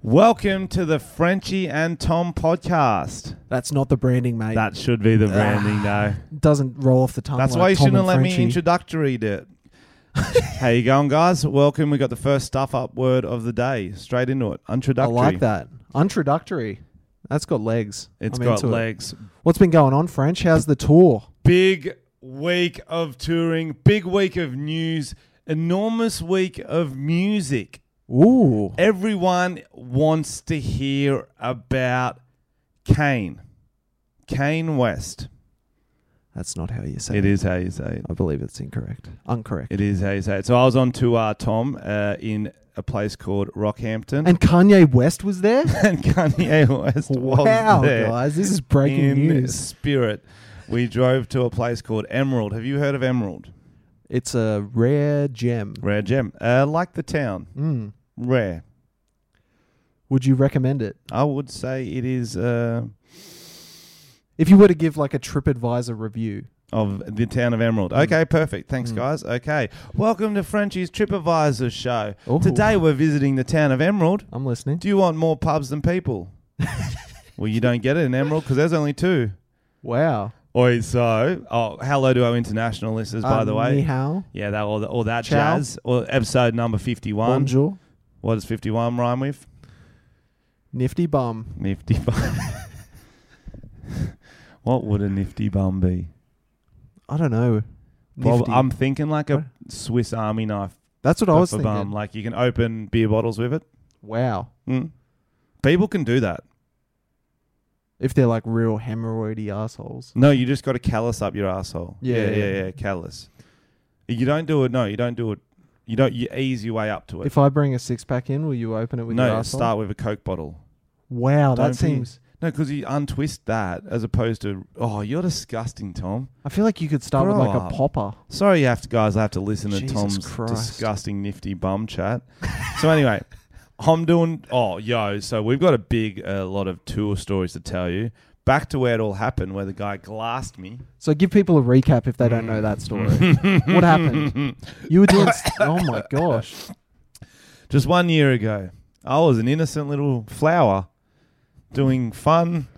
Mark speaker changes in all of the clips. Speaker 1: Welcome to the Frenchie and Tom podcast.
Speaker 2: That's not the branding, mate.
Speaker 1: That should be the branding, though.
Speaker 2: doesn't roll off the tongue.
Speaker 1: That's
Speaker 2: Ah, like
Speaker 1: why you
Speaker 2: Tom
Speaker 1: shouldn't
Speaker 2: and
Speaker 1: have let me
Speaker 2: Frenchie.
Speaker 1: introductory it. How you going, guys? Welcome. We got the first stuff up word of the day. Straight into it.
Speaker 2: I
Speaker 1: Introductory.
Speaker 2: like that. Introductory. That's got legs.
Speaker 1: It's
Speaker 2: I'm
Speaker 1: got
Speaker 2: into it.
Speaker 1: legs.
Speaker 2: What's been going on, French? How's the tour?
Speaker 1: Big week of touring. Big week of news. Enormous week of music.
Speaker 2: Ooh.
Speaker 1: Everyone wants to hear about Kane. Kane West.
Speaker 2: That's not how you say it.
Speaker 1: It is how you say it.
Speaker 2: I believe it's incorrect. Uncorrect.
Speaker 1: It is how you say it. So I was on tour, Tom, uh, in a place called Rockhampton.
Speaker 2: and Kanye West was there?
Speaker 1: and Kanye West was
Speaker 2: wow,
Speaker 1: there
Speaker 2: guys. This is breaking
Speaker 1: in
Speaker 2: news.
Speaker 1: spirit. We drove to a place called Emerald. Have you heard of Emerald?
Speaker 2: It's a rare gem.
Speaker 1: Rare gem, uh, like the town.
Speaker 2: Mm.
Speaker 1: Rare.
Speaker 2: Would you recommend it?
Speaker 1: I would say it is uh,
Speaker 2: If you were to give like a TripAdvisor review,
Speaker 1: of the town of Emerald. Okay, perfect. Thanks,
Speaker 2: Mm.
Speaker 1: guys. Okay, welcome to Frenchie's TripAdvisor show.
Speaker 2: Ooh.
Speaker 1: Today we're visiting the town of Emerald.
Speaker 2: I'm listening.
Speaker 1: Do you want more pubs than people? well, you don't get it in Emerald because there's only two.
Speaker 2: Wow.
Speaker 1: Oi, so oh, hello to our international listeners, by the
Speaker 2: Um,
Speaker 1: way.
Speaker 2: Ni hao.
Speaker 1: Yeah, that all, all that
Speaker 2: Ciao.
Speaker 1: jazz. Or episode number fifty-one.
Speaker 2: Bonjour.
Speaker 1: What does fifty-one rhyme with?
Speaker 2: Nifty bum.
Speaker 1: Nifty bum. what would a nifty bum be?
Speaker 2: I don't know.
Speaker 1: Well,
Speaker 2: Nifty.
Speaker 1: I'm thinking like a
Speaker 2: What?
Speaker 1: Swiss Army knife.
Speaker 2: That's what I
Speaker 1: but
Speaker 2: was
Speaker 1: for
Speaker 2: thinking.
Speaker 1: bum. Like you can open beer bottles with it.
Speaker 2: Wow.
Speaker 1: Mm. People can do that.
Speaker 2: If they're like real hemorrhoidy assholes.
Speaker 1: No, you just got to callus up your asshole.
Speaker 2: Yeah,
Speaker 1: yeah, yeah,
Speaker 2: yeah.
Speaker 1: yeah, callus. You don't do it. No, you don't do it. You don't. You ease your way up to it.
Speaker 2: If I bring a six pack in, will you open it with your
Speaker 1: no,
Speaker 2: asshole?
Speaker 1: start with a Coke bottle.
Speaker 2: Wow,
Speaker 1: Don't
Speaker 2: that
Speaker 1: be-
Speaker 2: seems.
Speaker 1: No, because you untwist that as opposed to oh, you're disgusting, Tom.
Speaker 2: I feel like you could start with
Speaker 1: Grow
Speaker 2: like
Speaker 1: up.
Speaker 2: a popper.
Speaker 1: Sorry, you have to guys. I have to listen to
Speaker 2: Jesus
Speaker 1: Tom's
Speaker 2: Christ.
Speaker 1: disgusting, nifty bum chat. so anyway, I'm doing. Oh, yo. So we've got a big uh, lot of tour stories to tell you. Back to where it all happened, where the guy glassed me.
Speaker 2: So give people a recap if they don't know that story. what happened? You were doing. s- oh my gosh.
Speaker 1: Just one year ago, I was an innocent little flower doing fun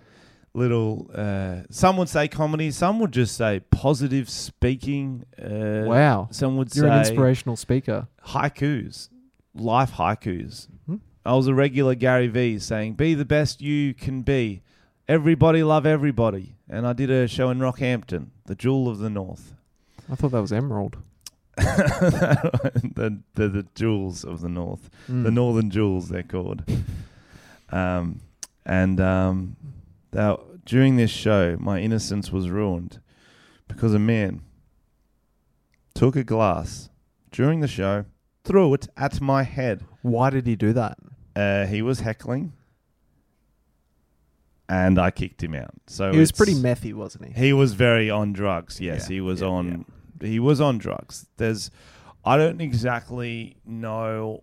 Speaker 1: little. Uh, some would say comedy. Some would just say positive speaking. Uh,
Speaker 2: Wow.
Speaker 1: Some would
Speaker 2: You're an
Speaker 1: say
Speaker 2: inspirational speaker.
Speaker 1: haikus, life haikus.
Speaker 2: Hmm?
Speaker 1: I was a regular Gary Vee saying, "Be the best you can be. Everybody love everybody." And I did a show in Rockhampton, the jewel of the north,
Speaker 2: I thought that was Emerald.
Speaker 1: the, the the jewels of the north, the
Speaker 2: Mm.
Speaker 1: northern jewels they're called. Um, and um, that, during this show, my innocence was ruined because a man took a glass during the show, threw it at my head.
Speaker 2: Why did he do that?
Speaker 1: Uh, he was heckling, and I kicked him out. So
Speaker 2: He was
Speaker 1: Oh, it's-
Speaker 2: pretty methy, wasn't he?
Speaker 1: He was very on drugs. Yes,
Speaker 2: Yeah,
Speaker 1: he was
Speaker 2: yeah,
Speaker 1: on. He was on drugs. There's, I don't exactly know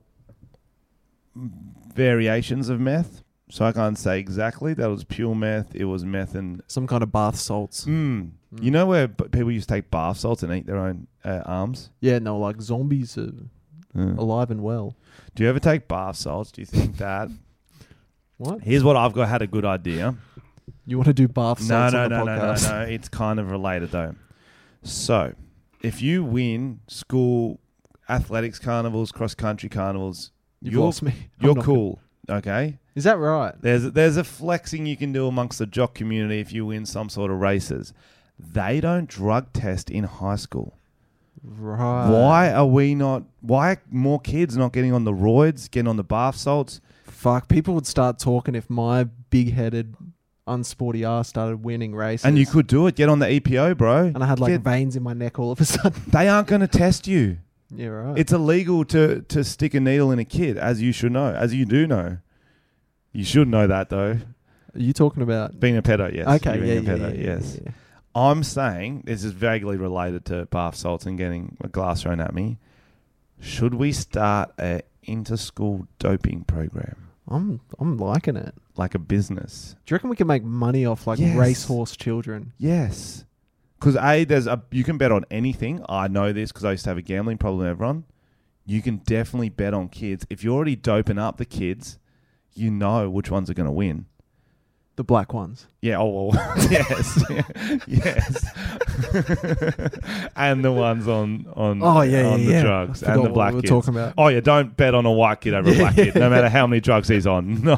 Speaker 1: variations of meth, so I can't say exactly. That was pure meth. It was meth and.
Speaker 2: Some kind of bath salts.
Speaker 1: Mm.
Speaker 2: Hmm.
Speaker 1: You know where b- people used to take bath salts and eat their own uh, arms.
Speaker 2: Yeah, no, like zombies are Oh.
Speaker 1: Mm.
Speaker 2: alive and well.
Speaker 1: Do you ever take bath salts? Do you think that?
Speaker 2: What?
Speaker 1: Here's what I've got. Had a good idea.
Speaker 2: You want to do bath
Speaker 1: no,
Speaker 2: salts
Speaker 1: no,
Speaker 2: on the
Speaker 1: no, no, no,
Speaker 2: podcast?
Speaker 1: no. It's kind of related though. So, if you win school athletics carnivals, cross country carnivals,
Speaker 2: You've
Speaker 1: you're
Speaker 2: lost me. I'm
Speaker 1: you're
Speaker 2: not-
Speaker 1: cool. Okay,
Speaker 2: Is that right?
Speaker 1: there's there's a flexing you can do amongst the jock community if you win some sort of races. They don't drug test in high school.
Speaker 2: Right.
Speaker 1: why are we not? Why are more kids not getting on the roids, getting on the bath salts?
Speaker 2: Fuck, people would start talking if my big headed, unsporty ass started winning races.
Speaker 1: And you could do it. Get on the EPO, bro.
Speaker 2: And I had like
Speaker 1: Get-
Speaker 2: veins in my neck all of a sudden.
Speaker 1: they aren't going to test you.
Speaker 2: yeah, right.
Speaker 1: It's illegal to to stick a needle in a kid, as you should know, as you do know. You should know that though.
Speaker 2: Are you talking about.
Speaker 1: Being a pedo, yes.
Speaker 2: Okay,
Speaker 1: You
Speaker 2: yeah,
Speaker 1: being
Speaker 2: yeah,
Speaker 1: a
Speaker 2: yeah,
Speaker 1: pedo,
Speaker 2: yeah,
Speaker 1: yes.
Speaker 2: yeah.
Speaker 1: I'm saying this is vaguely related to bath salts and getting a glass thrown at me. Should we start a inter-school doping program
Speaker 2: I'm, I'm liking it.
Speaker 1: like a business?
Speaker 2: Do you reckon we can make money off like
Speaker 1: Yes.
Speaker 2: racehorse children?
Speaker 1: Yes. Because a there's a you can bet on anything. I know this because I used to have a gambling problem. Everyone, you can definitely bet on kids. If you're already doping up the kids, you know which ones are going to win.
Speaker 2: The black ones.
Speaker 1: Yeah. Oh well. yes. yes. and the ones on on
Speaker 2: Oh yeah, yeah,
Speaker 1: Mm, on the
Speaker 2: yeah.
Speaker 1: drugs
Speaker 2: I forgot
Speaker 1: and the
Speaker 2: what
Speaker 1: black
Speaker 2: we were
Speaker 1: kids.
Speaker 2: talking about.
Speaker 1: Oh yeah, don't bet on a white kid over a black kid, no matter how many drugs he's on. No,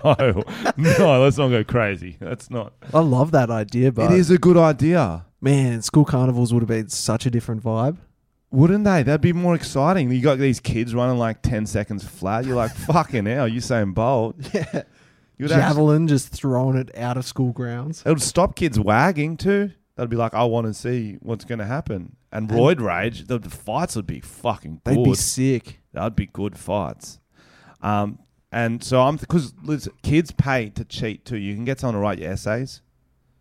Speaker 1: no, let's not go crazy. That's not.
Speaker 2: I love that idea, but
Speaker 1: a good idea,
Speaker 2: man, school carnivals would have been such a different vibe.
Speaker 1: wouldn't they? That'd be more exciting. You got these kids running like ten seconds flat. You're like, fucking hell, Usain Bolt.
Speaker 2: Yeah,
Speaker 1: You'd actually-
Speaker 2: javelin just throwing it out of school grounds.
Speaker 1: It would stop kids wagging too. They'd be like, I want to see what's going to happen. And roid rage, the, the fights would be fucking
Speaker 2: They'd
Speaker 1: good.
Speaker 2: be sick.
Speaker 1: That'd be good fights. Um, and so I'm because kids pay to cheat too. You can get someone to write your essays.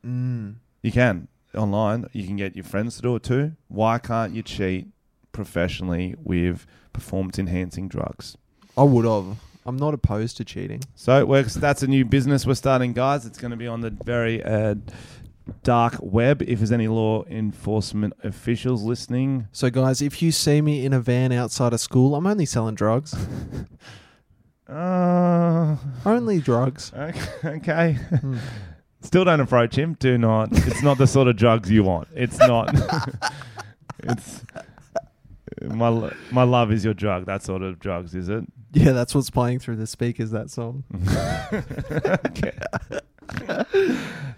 Speaker 2: Mm.
Speaker 1: You can online. You can get your friends to do it too. Why can't you cheat professionally with performance enhancing drugs?
Speaker 2: I would have. I'm not opposed to cheating.
Speaker 1: So it works. That's a new business we're starting, guys. It's going to be on the very uh, dark web. If there's any law enforcement officials listening,
Speaker 2: So, guys, if you see me in a van outside of school, I'm only selling drugs.
Speaker 1: uh,
Speaker 2: only drugs.
Speaker 1: okay.
Speaker 2: Mm.
Speaker 1: Still don't approach him. Do not. It's not the sort of drugs you want. It's not. it's my lo- my love is your drug. That sort of drugs, is it?
Speaker 2: Yeah, that's what's playing through the speakers. That song.
Speaker 1: Okay.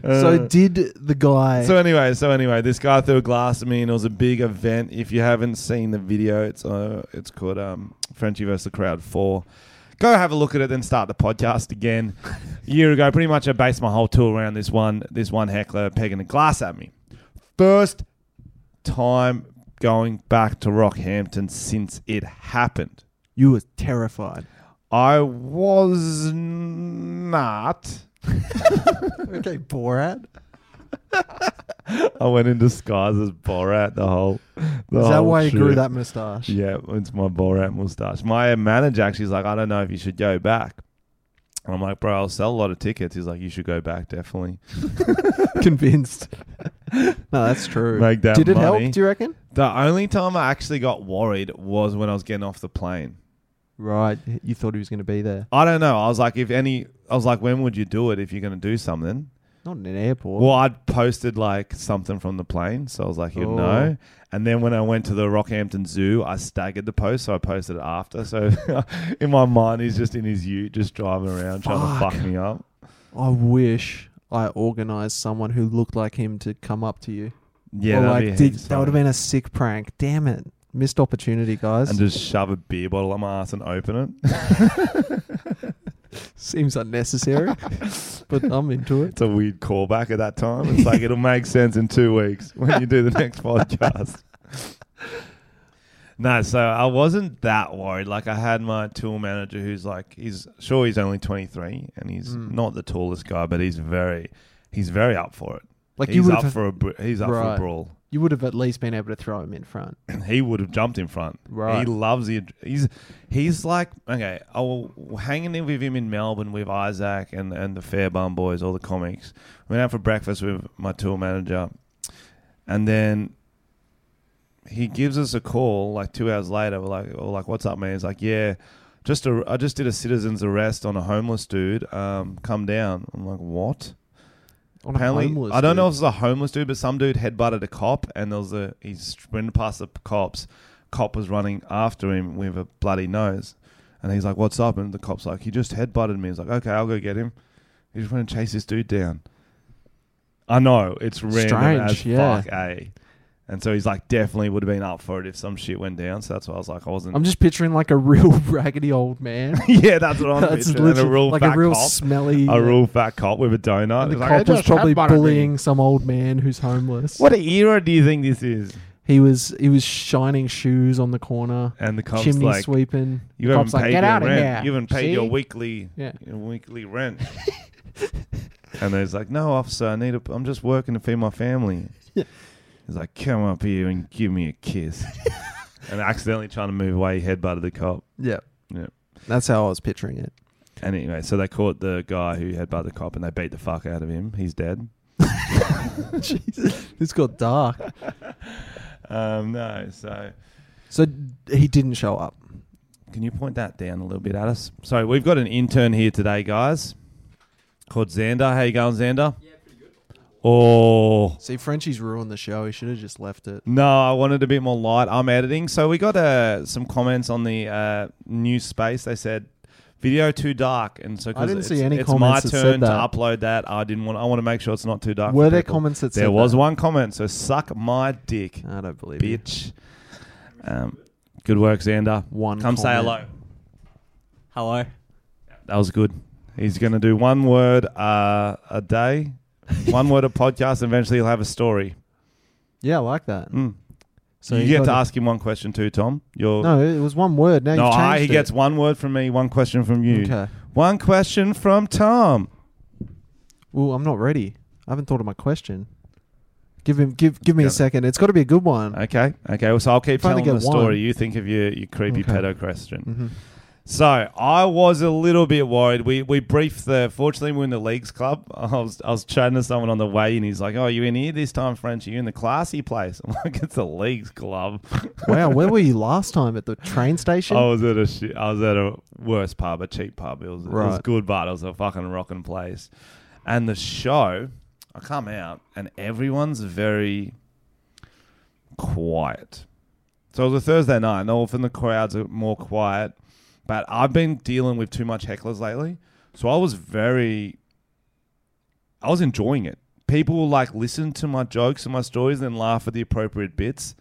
Speaker 2: so,
Speaker 1: Uh,
Speaker 2: did the guy?
Speaker 1: So anyway, so anyway, this guy threw a glass at me, and it was a big event. If you haven't seen the video, it's uh, it's called um, Frenchie versus the Crowd Four. Go have a look at it, then start the podcast again. a year ago, pretty much, I based my whole tour around this one this one heckler pegging a glass at me. First time going back to Rockhampton since it happened.
Speaker 2: you were terrified.
Speaker 1: I was not.
Speaker 2: okay, Borat.
Speaker 1: I went in disguise as Borat the whole. The
Speaker 2: Is that
Speaker 1: whole
Speaker 2: why you grew
Speaker 1: trip.
Speaker 2: that mustache?
Speaker 1: Yeah, it's my Borat mustache. My manager actually is like, I don't know if you should go back. And I'm like, bro, I'll sell a lot of tickets. He's like, you should go back, definitely.
Speaker 2: Convinced. no, that's true.
Speaker 1: Make that
Speaker 2: did it
Speaker 1: money.
Speaker 2: help? Do you reckon?
Speaker 1: The only time I actually got worried was when I was getting off the plane.
Speaker 2: Right, you thought he was going to be there.
Speaker 1: I don't know. I was like, if any, I was like, when would you do it if you're going to do something?
Speaker 2: Not in an airport.
Speaker 1: Well, I'd posted like something from the plane, so I was like, you
Speaker 2: Oh.
Speaker 1: know. And then when I went to the Rockhampton Zoo, I staggered the post, so I posted it after. So in my mind, he's just in his ute, just driving around trying
Speaker 2: Fuck.
Speaker 1: to fuck me up.
Speaker 2: I wish I organised someone who looked like him to come up to you.
Speaker 1: Yeah,
Speaker 2: or
Speaker 1: that'd
Speaker 2: like
Speaker 1: be
Speaker 2: did,
Speaker 1: heaps
Speaker 2: that would have
Speaker 1: fun.
Speaker 2: been a sick prank. Damn it, missed opportunity, guys.
Speaker 1: and just shove a beer bottle up my ass and open it.
Speaker 2: Seems unnecessary, but I'm into it.
Speaker 1: It's a weird callback at that time. It's like it'll make sense in two weeks when you do the next podcast. No, so I wasn't that worried. Like I had my tool manager, who's like, he's sure he's only twenty three, and he's
Speaker 2: Mm.
Speaker 1: not the tallest guy, but he's very, he's very up for it.
Speaker 2: Like
Speaker 1: he's
Speaker 2: you would
Speaker 1: up
Speaker 2: have,
Speaker 1: for a, br- he's up for a
Speaker 2: Right.
Speaker 1: brawl.
Speaker 2: you would have at least been able to throw him in front.
Speaker 1: he would have jumped in front.
Speaker 2: Right.
Speaker 1: He loves the. He's he's like okay. I will hanging in with him in Melbourne with Isaac and and the Fairbairn boys, all the comics. Went out for breakfast with my tour manager, and then he gives us a call like two hours later. We're like, we're like, what's up, man? He's like, yeah. Just a, I just did a citizen's arrest on a homeless dude. Um, come down. I'm like, what?
Speaker 2: On
Speaker 1: Apparently,
Speaker 2: a homeless
Speaker 1: I don't
Speaker 2: dude.
Speaker 1: know if it's a homeless dude, but some dude headbutted a cop, and there was a he sprinted past the cops. Cop was running after him with a bloody nose, and he's like, "What's up?" And the cop's like, "He just headbutted me." He's like, "Okay, I'll go get him." He just went and chased this dude down. I know it's random
Speaker 2: Strange,
Speaker 1: as
Speaker 2: yeah.
Speaker 1: fuck, eh? And so he's like, definitely would have been up for it if some shit went down. So that's why I was like, I wasn't.
Speaker 2: I'm just picturing like a real raggedy old man.
Speaker 1: yeah, that's what I'm
Speaker 2: That's
Speaker 1: picturing. And a
Speaker 2: literally
Speaker 1: real
Speaker 2: like
Speaker 1: fat
Speaker 2: a real
Speaker 1: cop,
Speaker 2: smelly.
Speaker 1: a real fat cop with a donut.
Speaker 2: and the
Speaker 1: He's like,
Speaker 2: cop
Speaker 1: "I
Speaker 2: was
Speaker 1: just
Speaker 2: probably
Speaker 1: headbutted me."
Speaker 2: bullying some old man who's homeless.
Speaker 1: What era do you think this is?
Speaker 2: He was he was shining shoes on the corner,
Speaker 1: And the cop's
Speaker 2: chimney
Speaker 1: like,
Speaker 2: sweeping.
Speaker 1: you
Speaker 2: The
Speaker 1: haven't paid
Speaker 2: cop's like, "Get
Speaker 1: your
Speaker 2: outta
Speaker 1: rent.
Speaker 2: here,
Speaker 1: You haven't paid your
Speaker 2: see?"
Speaker 1: weekly
Speaker 2: Yeah.
Speaker 1: your weekly rent. and he's like, no, officer, I need a. I'm just working to feed my family.
Speaker 2: Yeah.
Speaker 1: He's like, come up here and give me a kiss. and accidentally trying to move away, he headbutted the cop.
Speaker 2: Yeah.
Speaker 1: Yeah.
Speaker 2: That's how I was picturing it.
Speaker 1: And anyway, so they caught the guy who headbutted the cop, and they beat the fuck out of him. He's dead.
Speaker 2: Jesus. This got dark.
Speaker 1: Um, no, so
Speaker 2: So he didn't show up.
Speaker 1: Can you point that down a little bit at us? So we've got an intern here today, guys, called Xander. How you going, Xander? Yeah, pretty good. Oh.
Speaker 3: See, Frenchie's ruined the show. He should have just left it.
Speaker 1: No, I wanted a bit more light. I'm editing. So we got uh, some comments on the uh, new space. They said video too dark, and so 'cause
Speaker 2: I didn't
Speaker 1: it's,
Speaker 2: see any
Speaker 1: it's
Speaker 2: comments
Speaker 1: my
Speaker 2: that said
Speaker 1: turn to
Speaker 2: that.
Speaker 1: upload that. I didn't want. I want to make sure it's not too dark.
Speaker 2: Were
Speaker 1: for
Speaker 2: there
Speaker 1: people.
Speaker 2: comments that said
Speaker 1: There was
Speaker 2: that?
Speaker 1: one comment. So suck my dick,
Speaker 3: I don't believe you.
Speaker 1: bitch. Um, good work, Xander.
Speaker 3: One.
Speaker 1: Come say
Speaker 3: comment.
Speaker 1: hello.
Speaker 4: Hello.
Speaker 1: That was good. He's going to do one word uh, a day, one word a podcast. And eventually, he'll have a story.
Speaker 2: Yeah, I like that.
Speaker 1: Mm.
Speaker 2: So
Speaker 1: you
Speaker 2: he
Speaker 1: get to
Speaker 2: got it.
Speaker 1: ask him one question too, Tom. You're
Speaker 2: No, it was one word. Now
Speaker 1: no,
Speaker 2: you've changed
Speaker 1: I, he
Speaker 2: it.
Speaker 1: gets one word from me, one question from you,
Speaker 2: Okay.
Speaker 1: one question from Tom.
Speaker 2: Well, I'm not ready. I haven't thought of my question. Give him, give, give me a
Speaker 1: Got it.
Speaker 2: second. It's got to be a good one.
Speaker 1: Okay, okay. Well, so I'll keep
Speaker 2: Trying to
Speaker 1: telling the
Speaker 2: get one.
Speaker 1: story. You think of your your creepy
Speaker 2: Okay.
Speaker 1: pedo question.
Speaker 2: hmm
Speaker 1: So I was a little bit worried. We we briefed the. Fortunately, we're in the leagues club. I was I was chatting to someone on the way, and he's like, "Oh, you in here this time, Frenchie? You in the classy place?" I'm like, "It's the leagues club."
Speaker 2: wow, where were you last time at the train station?
Speaker 1: I was at a shi- I was at a worse pub, a cheap pub. It was, it was
Speaker 3: Right.
Speaker 1: good, but it was a fucking rocking place. And the show, I come out and everyone's very quiet. So it was a Thursday night, and often the crowds are more quiet. But I've been dealing with too much hecklers lately, so I was very, I was enjoying it. People will like listen to my jokes and my stories, and then laugh at the appropriate bits.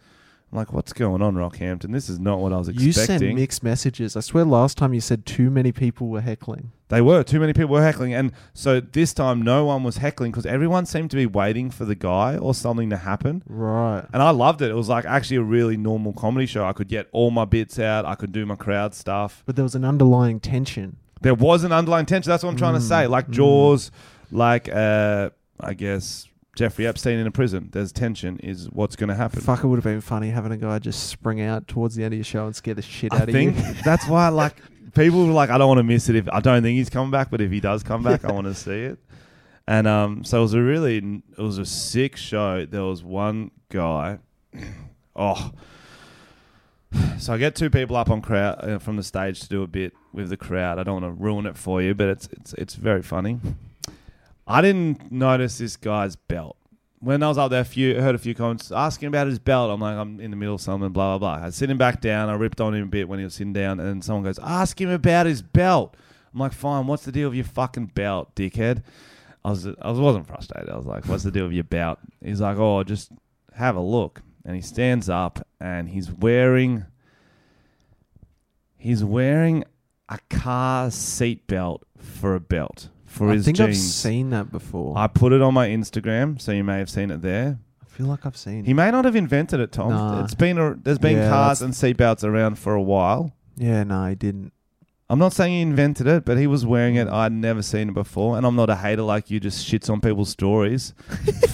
Speaker 1: I'm like, what's going on, Rockhampton? This is not what I was
Speaker 2: you sent
Speaker 1: expecting.
Speaker 2: mixed messages. I swear, last time you said too many people were heckling.
Speaker 1: They were. Too many people were heckling. And so this time, no one was heckling because everyone seemed to be waiting for the guy or something to happen.
Speaker 2: Right.
Speaker 1: And I loved it. It was like actually a really normal comedy show. I could get all my bits out, I could do my crowd stuff.
Speaker 2: But there was an underlying tension.
Speaker 1: There was an underlying tension. That's what I'm trying to say. Like Jaws, like, uh, I guess, Jeffrey Epstein in a prison. There's tension, is what's going to happen.
Speaker 2: Fuck, it would have been funny having a guy just spring out towards the end of your show and scare the shit
Speaker 1: I
Speaker 2: out
Speaker 1: think
Speaker 2: of you.
Speaker 1: that's why, like, people were like, I don't want to miss it. If I don't think he's coming back, but if he does come back, I want to see it. And um, so it was a really, it was a sick show. There was one guy, oh, so I get two people up on crowd uh, from the stage to do a bit with the crowd. I don't want to ruin it for you, but it's it's it's very funny. I didn't notice this guy's belt. When I was up there, a few heard a few comments asking about his belt. I'm like, I'm in the middle of something, blah blah blah. I sit him back down. I ripped on him a bit when he was sitting down, and then someone goes, "Ask him about his belt." I'm like, "Fine, what's the deal with your fucking belt, dickhead?" I was I was, wasn't frustrated. I was like, "What's the deal with your belt?" He's like, "Oh, just have a look." And he stands up, and he's wearing he's wearing a car seat belt for a belt for
Speaker 3: I
Speaker 1: his
Speaker 3: think
Speaker 1: jeans.
Speaker 3: I've seen that before. I,
Speaker 1: I put it on my Instagram, so you may have seen it there.
Speaker 3: feel like I've seen.
Speaker 1: He may not have invented it, Tom.
Speaker 3: Nah.
Speaker 1: It's been a, there's been
Speaker 3: Yeah,
Speaker 1: cars and seatbelts around for a while.
Speaker 3: yeah, no, he didn't.
Speaker 1: I'm not saying he invented it, but he was wearing it. I'd never seen it before, and I'm not a hater like you. Just shits on people's stories.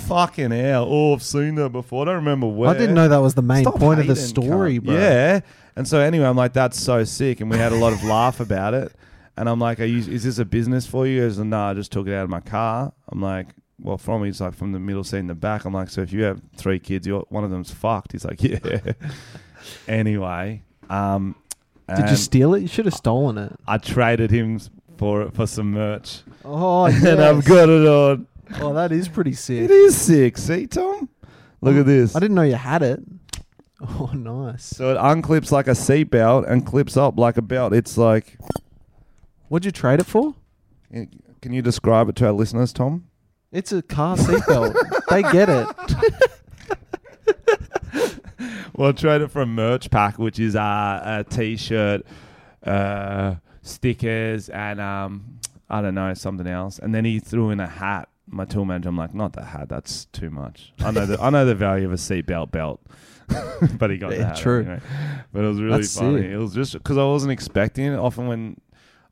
Speaker 1: Fucking hell! Oh, I've seen that before. I don't remember where.
Speaker 2: I didn't know that was the main
Speaker 1: Stop
Speaker 2: point of the
Speaker 1: hating,
Speaker 2: story,
Speaker 1: cunt.
Speaker 2: bro.
Speaker 1: Yeah. And so anyway, I'm like, that's so sick, and we had a lot of laugh about it. And I'm like, Are you, is this a business for you? He goes, nah, I just took it out of my car. I'm like, well, from he's like from the middle seat in the back. I'm like, so if you have three kids, you're, one of them's fucked. He's like, yeah. anyway, um,
Speaker 2: Did you
Speaker 1: and
Speaker 2: steal it? You should have stolen it.
Speaker 1: I traded him for for some merch,
Speaker 2: Oh,
Speaker 1: and I've got it on.
Speaker 2: Oh, that is pretty
Speaker 1: It
Speaker 2: sick.
Speaker 1: is sick. See, Tom, look at this.
Speaker 2: I didn't know you had it. Oh, nice.
Speaker 1: So it unclips like a seatbelt and clips up like a belt. It's like,
Speaker 2: What'd you trade it for?
Speaker 1: Uh, can you describe it to our listeners, Tom?
Speaker 2: It's a car seatbelt. they get it.
Speaker 1: Well, I trade it for a merch pack, which is uh, a t-shirt, uh, stickers, and um, I don't know something else. And then he threw in a hat. My tool manager, I'm like, not the hat. That's too much. I know the I know the value of a seatbelt belt, but he got
Speaker 2: Yeah,
Speaker 1: the hat
Speaker 2: true.
Speaker 1: anyway. But it was really
Speaker 2: That's
Speaker 1: funny.
Speaker 2: sick.
Speaker 1: It was just because I wasn't expecting it. Often when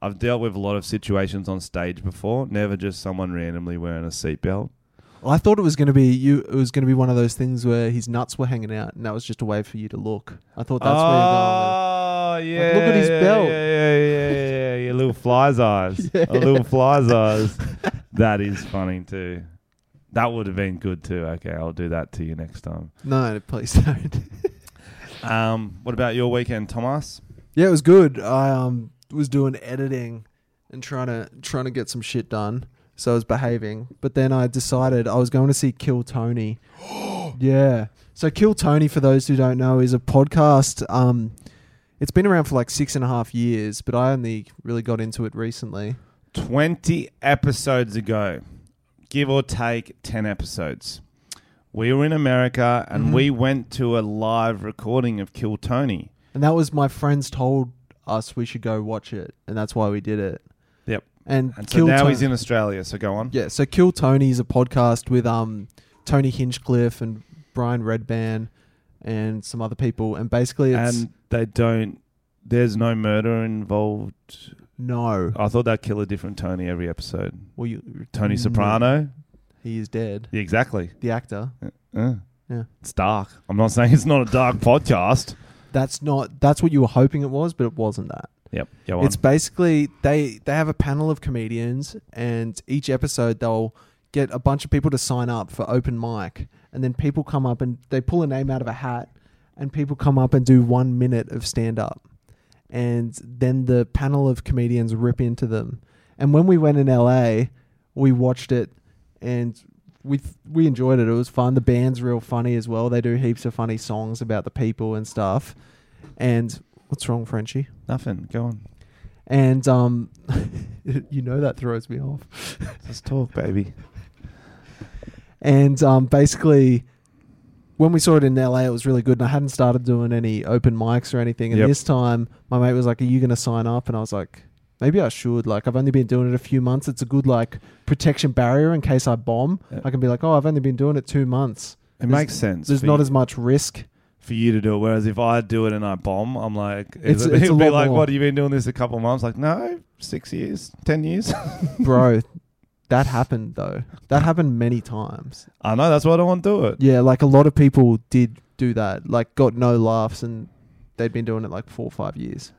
Speaker 1: I've dealt with a lot of situations on stage before, never just someone randomly wearing a seatbelt.
Speaker 2: I thought it was going to be you. It was going to be one of those things where his nuts were hanging out, and that was just a way for you to look. I thought that's where
Speaker 1: oh,
Speaker 2: you're
Speaker 1: yeah.
Speaker 2: going with it. Like, look at his
Speaker 1: yeah,
Speaker 2: belt.
Speaker 1: Yeah, yeah, yeah, yeah, yeah, yeah. Little fly's eyes. A little fly's eyes. That is funny too. That would have been good too. Okay, I'll do that to you next time.
Speaker 2: you're going. No, please don't.
Speaker 1: Um, what about your weekend, Thomas?
Speaker 2: Yeah, it was good. I um was doing editing and trying to trying to get some shit done. So I was behaving, but then I decided I was going to see Kill Tony. yeah. So Kill Tony, for those who don't know, is a podcast. Um, it's been around for like six and a half years, but I only really got into it recently.
Speaker 1: 20 episodes ago, give or take 10 episodes, we were in America and
Speaker 2: Mhm.
Speaker 1: we went to a live recording of Kill Tony.
Speaker 2: And that was my friends told us we should go watch it, and that's why we did it.
Speaker 1: Yep.
Speaker 2: And,
Speaker 1: And so
Speaker 2: Kill
Speaker 1: now
Speaker 2: Tony,
Speaker 1: he's in Australia, so go on.
Speaker 2: Yeah, so Kill Tony is a podcast with um Tony Hinchcliffe and Brian Redban and some other people, and basically it's
Speaker 1: And they don't, there's no murder involved.
Speaker 2: no.
Speaker 1: I thought they'd kill a different Tony every episode.
Speaker 2: Well, you,
Speaker 1: Tony
Speaker 2: No.
Speaker 1: Soprano?
Speaker 2: he is dead.
Speaker 1: Yeah, exactly.
Speaker 2: The actor.
Speaker 1: Uh,
Speaker 2: Yeah.
Speaker 1: It's dark. I'm not saying it's not a dark podcast.
Speaker 2: That's not. That's what you were hoping it was, but it wasn't that.
Speaker 1: Yep. Go on.
Speaker 2: It's basically they they have a panel of comedians, and each episode they'll get a bunch of people to sign up for open mic, and then people come up and they pull a name out of a hat, and people come up and do one minute of stand up, and then the panel of comedians rip into them. And when we went in LA, we watched it, and we we enjoyed it. It was fun. The band's real funny as well. They do heaps of funny songs about the people and stuff. And what's wrong, Frenchie?
Speaker 1: Nothing. Go on.
Speaker 2: And um, you know that throws me off.
Speaker 1: Let's talk, baby.
Speaker 2: And um, basically, when we saw it in LA, it was really good. And I hadn't started doing any open mics or anything. And
Speaker 1: Yep.
Speaker 2: this time, my mate was like, "Are you going to sign up?" And I was like, "Maybe I should." Like, I've only been doing it a few months. It's a good like protection barrier in case I bomb.
Speaker 1: Yeah.
Speaker 2: I can be like, "Oh, I've only been doing it two months.
Speaker 1: It
Speaker 2: There's-
Speaker 1: makes sense.
Speaker 2: There's
Speaker 1: for
Speaker 2: not
Speaker 1: you-
Speaker 2: as much risk."
Speaker 1: for you to do it. Whereas if I do it and I bomb, I'm like,
Speaker 2: It's-
Speaker 1: it's,
Speaker 2: it's a
Speaker 1: it'd be
Speaker 2: lot
Speaker 1: like,
Speaker 2: more.
Speaker 1: what? Have you been doing this a couple of months? Like, no, six years, ten years.
Speaker 2: Bro, that happened though. That happened many times.
Speaker 1: I know that's why I don't want to do it.
Speaker 2: Yeah, like a lot of people did do that. Like got no laughs and they'd been doing it like four or five years.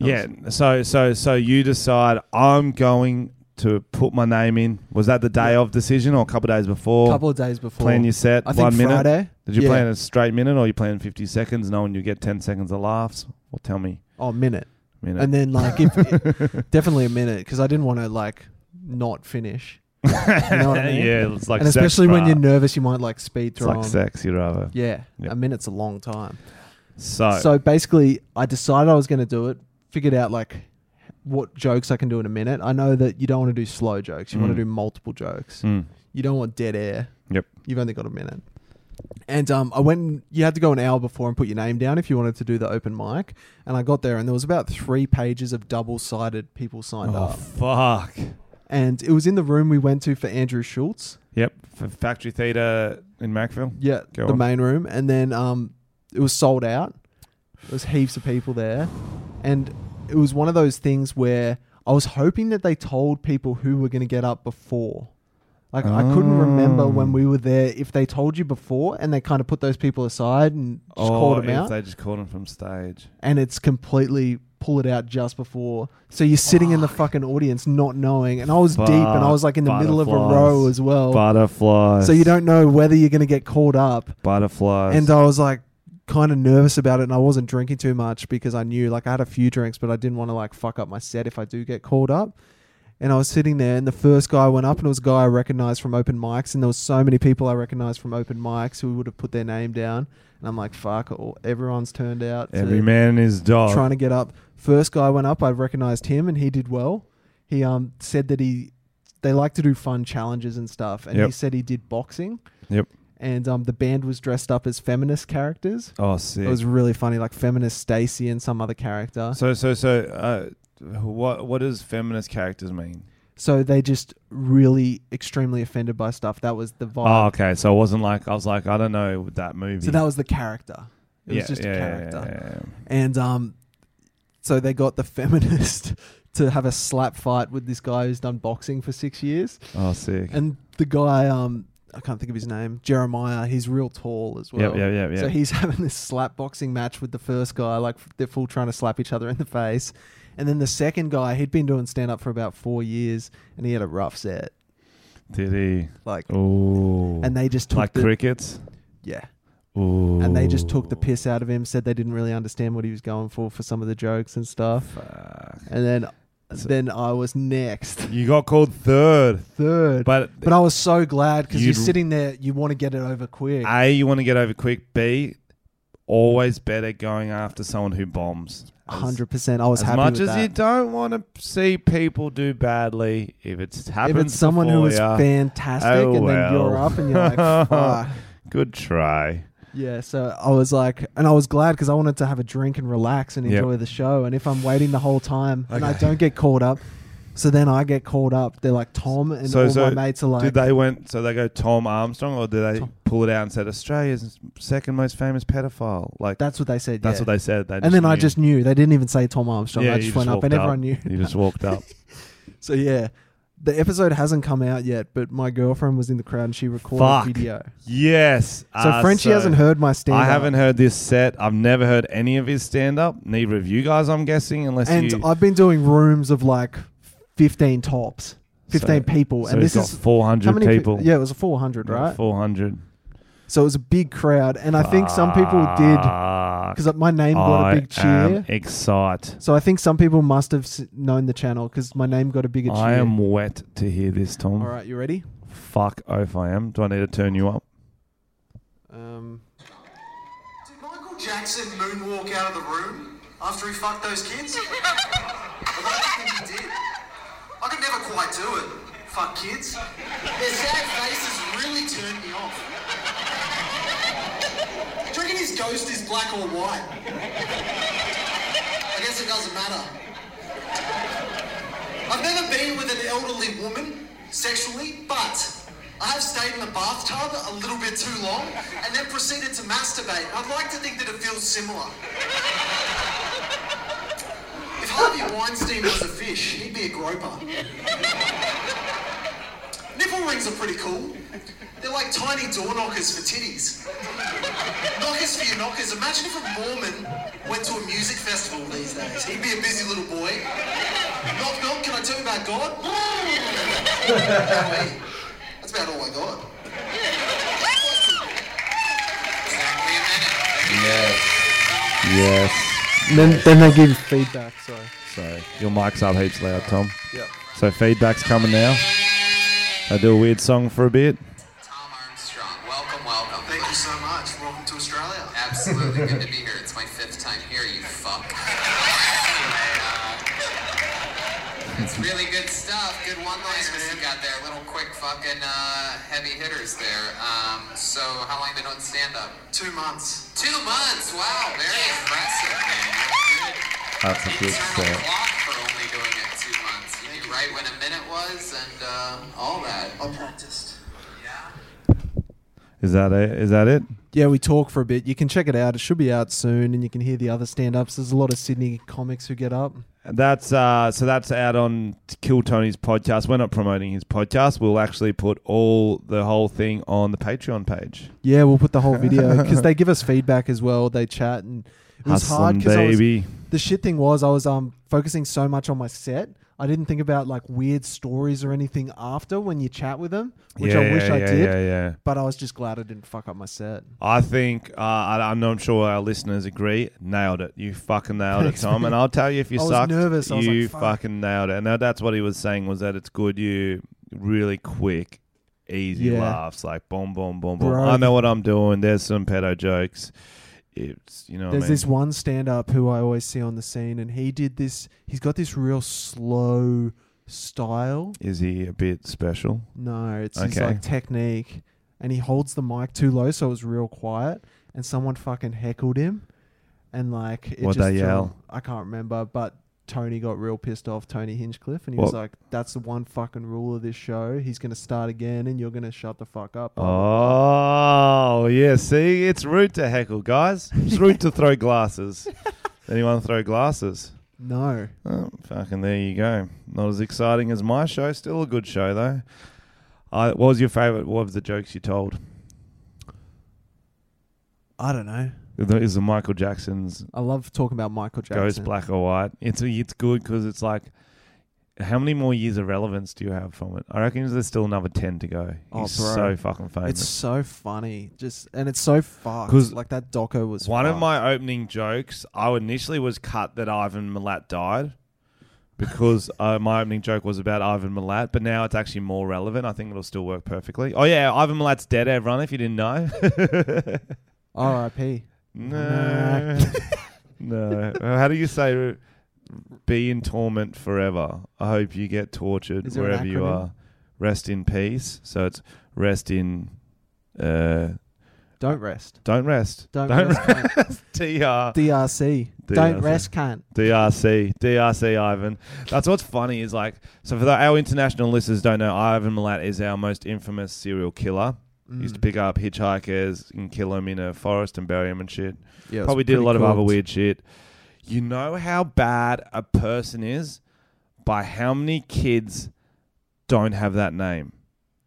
Speaker 2: That
Speaker 1: Yeah.
Speaker 2: was-
Speaker 1: So so so you decide I'm going to put my name in. Was that the day of decision or a couple of days before?
Speaker 2: couple of days before.
Speaker 1: Plan your set.
Speaker 2: I think
Speaker 1: one minute.
Speaker 2: Friday.
Speaker 1: Did you
Speaker 2: yeah.
Speaker 1: plan a straight minute or you plan 50 seconds knowing you get 10 seconds of laughs? Well, tell me.
Speaker 2: Oh, minute.
Speaker 1: Minute.
Speaker 2: And then like if definitely a minute because I didn't want to like not finish. know what I mean?
Speaker 1: yeah, it's like
Speaker 2: and
Speaker 1: sex,
Speaker 2: especially when
Speaker 1: bruh.
Speaker 2: you're nervous, you might like speed
Speaker 1: It's
Speaker 2: through.
Speaker 1: like sex, you'd rather.
Speaker 2: Yeah,
Speaker 1: Yep.
Speaker 2: a minute's a long time.
Speaker 1: So,
Speaker 2: So basically, I decided I was going to do it. Figured out like what jokes I can do in a minute. I know that you don't want to do slow jokes. You want
Speaker 1: Mm.
Speaker 2: to do multiple jokes.
Speaker 1: Mm.
Speaker 2: You don't want dead air.
Speaker 1: Yep.
Speaker 2: You've only got a minute. And um, I went. and- You had to go an hour before and put your name down if you wanted to do the open mic. And I got there, and there was about three pages of double-sided people signed
Speaker 1: oh,
Speaker 2: up.
Speaker 1: fuck.
Speaker 2: And it was in the room we went to for Andrew Schultz.
Speaker 1: Yep, for Factory Theatre in Macville.
Speaker 2: Yeah,
Speaker 1: Go
Speaker 2: the
Speaker 1: on.
Speaker 2: main room, and then um, it was sold out. There was heaps of people there, and it was one of those things where I was hoping that they told people who were going to get up before. Like I couldn't remember
Speaker 1: Oh.
Speaker 2: when we were there if they told you before, and they kind of put those people aside and just called them
Speaker 1: Oh, if
Speaker 2: out,
Speaker 1: They just called him from stage.
Speaker 2: and it's completely pull it out just before. So you're sitting in the fucking audience not knowing, and I was deep, and I was like in the middle of a row
Speaker 1: Butterflies.
Speaker 2: as well.
Speaker 1: Butterflies.
Speaker 2: Oh. so you don't know whether you're going to get called up
Speaker 1: Butterflies.
Speaker 2: and I was like kind of nervous about it and I wasn't drinking too much because I knew like I had a few drinks but I didn't want to like fuck up my set if I do get called up. And I was sitting there and the first guy went up and it was a guy I recognized from open mics and there was so many people I recognized from open mics who would have put their name down and I'm like fuck all, everyone's turned out to
Speaker 1: Every man is dog.
Speaker 2: trying to get up. First guy went up I recognized him and he did well. He um said that he they like to do fun challenges and stuff and he
Speaker 1: Yep.
Speaker 2: said he did boxing
Speaker 1: yep.
Speaker 2: and um, the band was dressed up as feminist characters.
Speaker 1: Oh, sick.
Speaker 2: It was really funny, like feminist Stacy and some other character. So,
Speaker 1: so so so. Uh, what what does feminist characters mean?
Speaker 2: they just really extremely offended by stuff. That was the
Speaker 1: Oh,
Speaker 2: vibe.
Speaker 1: okay. So it wasn't like I was like I don't know that movie.
Speaker 2: so that was the character. It
Speaker 1: Yeah,
Speaker 2: was just
Speaker 1: yeah,
Speaker 2: a
Speaker 1: yeah,
Speaker 2: character.
Speaker 1: yeah, yeah.
Speaker 2: And um, so they got the feminist to have a slap fight with this guy who's done boxing for six years.
Speaker 1: Oh, sick.
Speaker 2: And the guy, um, I can't think of his name, Jeremiah, he's real tall as well.
Speaker 1: Yep, yep, yep, yep.
Speaker 2: So he's having this slap boxing match with the first guy, like they're full trying to slap each other in the face. And then the second guy, he'd been doing stand up for about four years and he had a rough set.
Speaker 1: Did he?
Speaker 2: Like,
Speaker 1: Oh.
Speaker 2: and they just took
Speaker 1: like
Speaker 2: the,
Speaker 1: crickets.
Speaker 2: yeah.
Speaker 1: Ooh.
Speaker 2: and they just took the piss out of him, said they didn't really understand what he was going for for some of the jokes and stuff.
Speaker 1: Fuck.
Speaker 2: And then
Speaker 1: So-
Speaker 2: then I was next,
Speaker 1: You got called third,
Speaker 2: third. But,
Speaker 1: but,
Speaker 2: I was so glad because you're
Speaker 1: You'd-
Speaker 2: sitting there, you want to get it over quick.
Speaker 1: A, you want to get over quick. B, always better going after someone who bombs. As-
Speaker 2: Hundred percent. I was
Speaker 1: as
Speaker 2: happy
Speaker 1: much
Speaker 2: with
Speaker 1: as
Speaker 2: that.
Speaker 1: you don't want to see people do badly, if it's happens
Speaker 2: if it's someone who
Speaker 1: before
Speaker 2: is
Speaker 1: ya,
Speaker 2: fantastic
Speaker 1: Oh,
Speaker 2: and then you're
Speaker 1: well.
Speaker 2: up and you're like, fuck.
Speaker 1: good try.
Speaker 2: Yeah, so I was like, and I was glad because I wanted to have a drink and relax and
Speaker 1: Yep.
Speaker 2: enjoy the show. And if I'm waiting the whole time and I don't get called up, so then I get called up. They're like Tom and
Speaker 1: So-
Speaker 2: all
Speaker 1: so
Speaker 2: my mates are like,
Speaker 1: did they went so they go Tom Armstrong or did they pull it out and said Australia's second most famous pedophile? Like
Speaker 2: that's what they said.
Speaker 1: that's
Speaker 2: yeah.
Speaker 1: what they said. They
Speaker 2: and then I
Speaker 1: knew.
Speaker 2: just knew they didn't even say Tom Armstrong.
Speaker 1: Yeah,
Speaker 2: I
Speaker 1: you
Speaker 2: just went up
Speaker 1: walked
Speaker 2: and everyone knew.
Speaker 1: You just walked up.
Speaker 2: So yeah, the episode hasn't come out yet, but my girlfriend was in the crowd and she recorded
Speaker 1: Fuck.
Speaker 2: a video.
Speaker 1: yes.
Speaker 2: So
Speaker 1: uh,
Speaker 2: Frenchie
Speaker 1: so-
Speaker 2: hasn't heard my stand.
Speaker 1: I haven't heard this set. I've never heard any of his stand up. Neither of you guys, I'm guessing, unless
Speaker 2: and uh,
Speaker 1: you.
Speaker 2: I've been doing rooms of like fifteen tops, fifteen
Speaker 1: So-
Speaker 2: people,
Speaker 1: so
Speaker 2: and
Speaker 1: he's
Speaker 2: this
Speaker 1: got
Speaker 2: is
Speaker 1: 400
Speaker 2: how many pe-
Speaker 1: people.
Speaker 2: Yeah, it was a four hundred, right?
Speaker 1: 400.
Speaker 2: So it was a big crowd, and I think some people
Speaker 1: Ah.
Speaker 2: did because my name got a big cheer.
Speaker 1: Excite.
Speaker 2: So I think some people must have s- known the channel because my name got a bigger cheer.
Speaker 1: I am wet to hear this, Tom.
Speaker 2: All right, you ready?
Speaker 1: Fuck off, I am. Do I need to turn you up?
Speaker 2: Um,
Speaker 5: Did Michael Jackson moonwalk out of the room after he fucked those kids? I don't think he did. I could never quite do it. Fuck kids. Their sad faces really turned me off. Do you reckon his ghost is black or white? I guess it doesn't matter. I've never been with an elderly woman sexually, but I have stayed in the bathtub a little bit too long and then proceeded to masturbate. I'd like to think that it feels similar. If Harvey Weinstein was a fish, he'd be a groper. Nipple rings are pretty cool. They're like tiny door knockers for titties. Knockers for your knockers. Imagine if a Mormon went to a music festival these days. He'd be a busy little boy. Knock, knock, can I tell you about God? That way. That's about all I got. Exactly a minute.
Speaker 1: Yes.
Speaker 2: then then they give feedback. So
Speaker 1: So, your mic's up heaps loud, Tom. Yep. So, feedback's coming now. I do a weird song for a bit.
Speaker 6: Tom Armstrong, welcome, welcome.
Speaker 5: Thank you so much. Welcome to Australia.
Speaker 6: Absolutely good to be here. It's my fifth time here, you fuck. Anyway, uh, it's really good stuff. Good one-liners you got there. Little quick fucking uh, heavy hitters there. Um, so how long you been on stand-up?
Speaker 5: Two months.
Speaker 6: Two months. Wow, very impressive, man. You're good.
Speaker 1: That's a good
Speaker 6: Internal
Speaker 1: set.
Speaker 6: clock for only doing it two months. You knew right when a minute was and uh, all that.
Speaker 5: I practiced.
Speaker 1: Is that it? Is that it?
Speaker 2: yeah, we talk for a bit. You can check it out. It should be out soon, and you can hear the other stand-ups. There's a lot of Sydney comics who get up.
Speaker 1: That's uh, so that's out on Kill Tony's podcast. We're not promoting his podcast. We'll actually put all the whole thing on the Patreon page.
Speaker 2: Yeah, we'll put the whole video because they give us feedback as well. They chat and it was hard
Speaker 1: Hustling,
Speaker 2: because I was
Speaker 1: baby.
Speaker 2: the shit thing was I was um focusing so much on my set. I didn't think about like weird stories or anything after when you chat with them, which I wish I
Speaker 1: yeah,
Speaker 2: did.
Speaker 1: Yeah, yeah.
Speaker 2: But I was just glad I didn't fuck up my set.
Speaker 1: I think uh, I, I'm not sure our listeners agree. Nailed it. You fucking nailed it,
Speaker 2: Thanks,
Speaker 1: Tom. And I'll tell you if you
Speaker 2: I was
Speaker 1: sucked,
Speaker 2: nervous. I was
Speaker 1: you
Speaker 2: like, fuck.
Speaker 1: fucking nailed it. And that- that's what he was saying was that it's good. You really quick, easy
Speaker 2: Yeah.
Speaker 1: laughs like boom, boom, boom, boom.
Speaker 2: Bro.
Speaker 1: I know what I'm doing. There's some pedo jokes. It's you know. what I
Speaker 2: There's
Speaker 1: mean?
Speaker 2: this one stand up who I always see on the scene, and he did this. He's got this real slow style.
Speaker 1: Is he a bit special?
Speaker 2: No, it's his
Speaker 1: Okay.
Speaker 2: like technique, and he holds the mic too low, so it was real quiet. And someone fucking heckled him, and like it
Speaker 1: What'd
Speaker 2: just
Speaker 1: they
Speaker 2: threw-
Speaker 1: yell?
Speaker 2: I can't remember, but Tony got real pissed off. Tony Hinchcliffe, and he was
Speaker 1: What?
Speaker 2: like, "That's the one fucking rule of this show. He's gonna start again, and you're gonna shut the fuck up."
Speaker 1: Oh, yeah. See, it's rude to heckle, guys. It's rude to throw glasses. Anyone throw glasses?
Speaker 2: No,
Speaker 1: Oh, fucking there you go. Not as exciting as my show. Still a good show, though. I, what was your favourite? What was the jokes you told?
Speaker 2: I don't know.
Speaker 1: Is the Michael Jackson's
Speaker 2: I love talking about Michael Jackson.
Speaker 1: Ghost Black or White? It's it's good because it's like how many more years of relevance do you have from it? I reckon there's still another ten to go.
Speaker 2: Oh,
Speaker 1: He's
Speaker 2: bro.
Speaker 1: so fucking
Speaker 2: It's
Speaker 1: famous.
Speaker 2: so funny, just and it's so fucked.
Speaker 1: 'Cause
Speaker 2: Like that doco was
Speaker 1: One of
Speaker 2: fucked.
Speaker 1: my opening jokes, I initially was cut that Ivan Milat died because uh, my opening joke was about Ivan Milat, but now it's actually more relevant. I think it'll still work perfectly. Oh yeah, Ivan Milat's dead, everyone. If you didn't know,
Speaker 2: R.I.P.
Speaker 1: no, no. How do you say? Be in torment forever. I hope you get tortured
Speaker 2: Is there an
Speaker 1: wherever you
Speaker 2: acronym?
Speaker 1: are. Rest in peace. So it's rest in. Uh,
Speaker 2: Don't rest.
Speaker 1: Don't rest.
Speaker 2: Don't,
Speaker 1: rest.
Speaker 2: rest. cunt.
Speaker 1: TR.
Speaker 2: DRC. Don't
Speaker 1: DRC.
Speaker 2: rest, can't.
Speaker 1: DRC. DRC, Ivan. That's what's funny is like, so for the, our international listeners don't know, Ivan Milat is our most infamous serial killer. He used to
Speaker 2: Mm.
Speaker 1: pick up hitchhikers and kill them in a forest and bury them and shit.
Speaker 2: Yeah, it's
Speaker 1: Probably did a
Speaker 2: pretty
Speaker 1: lot
Speaker 2: cool.
Speaker 1: of other weird shit. You know how bad a person is by how many kids don't have that name.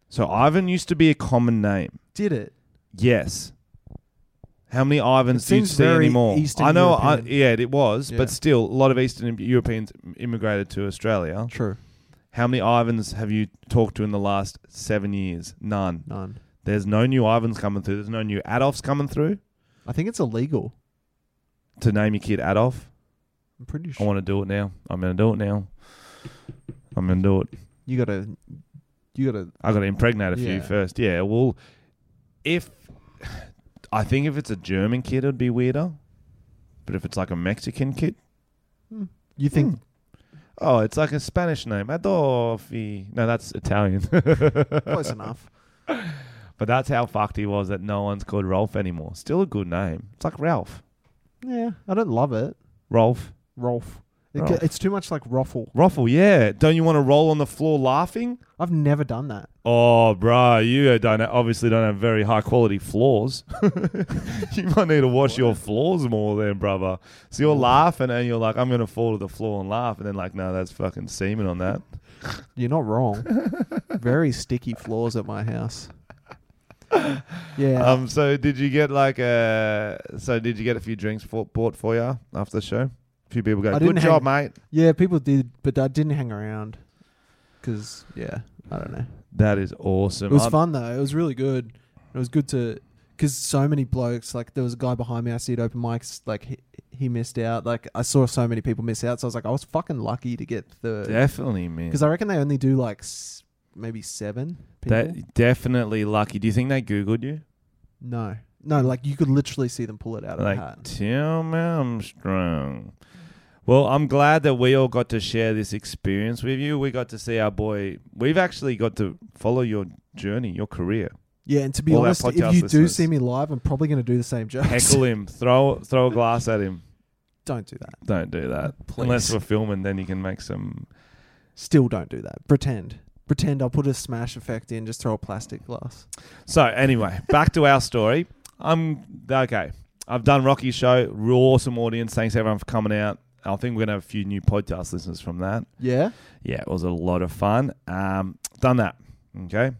Speaker 1: So Ivan used to be a common name.
Speaker 2: Did it?
Speaker 1: Yes. How many Ivans do you
Speaker 2: seems
Speaker 1: see
Speaker 2: very
Speaker 1: anymore?
Speaker 2: Eastern
Speaker 1: I know, I,
Speaker 2: European.
Speaker 1: yeah, it was,
Speaker 2: Yeah.
Speaker 1: but still, a lot of Eastern Europeans immigrated to Australia.
Speaker 2: True.
Speaker 1: How many Ivans have you talked to in the last seven years? None.
Speaker 2: None.
Speaker 1: There's no new Ivans coming through. There's no new Adolfs coming through
Speaker 2: I think it's illegal.
Speaker 1: to name your kid Adolf.
Speaker 2: I'm pretty
Speaker 1: I
Speaker 2: sure.
Speaker 1: want to do it now. I'm going to do it now. I'm going to do it.
Speaker 2: You gotta. You gotta.
Speaker 1: I got to impregnate a few
Speaker 2: Yeah.
Speaker 1: first. Yeah. Well, if I think if it's a German kid, it'd be weirder. But if it's like a Mexican kid,
Speaker 2: You think
Speaker 1: Oh, it's like a Spanish name. Adolfi. No, that's Italian.
Speaker 2: close enough?
Speaker 1: but that's how fucked he was that no one's called Rolf anymore. Still a good name. It's like Ralph.
Speaker 2: Yeah, I don't love it.
Speaker 1: Rolf.
Speaker 2: Rolf. It
Speaker 1: Rolf.
Speaker 2: ge- It's too much like ruffle.
Speaker 1: Ruffle, yeah. Don't you want to roll on the floor laughing?
Speaker 2: I've never done that.
Speaker 1: Oh, bro, you don't obviously don't have very high quality floors. you might need to wash your floors more, then, brother. So you're laughing and you're like, "I'm gonna fall to the floor and laugh," and then like, "No, that's fucking semen on that."
Speaker 2: You're not wrong. Very sticky floors at my house. Yeah.
Speaker 1: Um. So did you get like a? So did you get a few drinks for, bought for you after the show? A few people go.
Speaker 2: I
Speaker 1: Good
Speaker 2: didn't
Speaker 1: job, mate.
Speaker 2: yeah, people did, but I didn't hang around. Because, yeah, I don't know.
Speaker 1: That is awesome.
Speaker 2: It was
Speaker 1: I'm-
Speaker 2: fun, though. It was really good. It was good to. Because so many blokes, like, there was a guy behind me I see at open mics, like, he, he missed out. Like, I saw so many people miss out. So I was like, I was fucking lucky to get third.
Speaker 1: Definitely, man.
Speaker 2: Because I reckon they only do like s- maybe seven people.
Speaker 1: That definitely lucky. Do you think they googled you?
Speaker 2: no, no, like you could literally see them pull it out of
Speaker 1: Like
Speaker 2: the hat.
Speaker 1: Tim Armstrong. Well, I'm glad that we all got to share this experience with you. We got to see our boy. We've actually got to follow your journey, your career.
Speaker 2: Yeah, and to be
Speaker 1: all our
Speaker 2: honest, if
Speaker 1: podcast
Speaker 2: you do
Speaker 1: listeners.
Speaker 2: see me live, I'm probably going to do the same jokes.
Speaker 1: Heckle him. throw throw a glass at him.
Speaker 2: don't do that.
Speaker 1: Don't do that.
Speaker 2: Please.
Speaker 1: Unless we're filming, then you can make some
Speaker 2: Still don't do that. Pretend. Pretend I'll put a smash effect in, just throw a plastic glass.
Speaker 1: So anyway, back to our story. I'm okay. I've done Rocky's show. Real awesome audience. Thanks everyone for coming out. I think we're gonna have a few new podcast listeners from that.
Speaker 2: Yeah?
Speaker 1: Yeah, it was a lot of fun. Um, done that. Okay,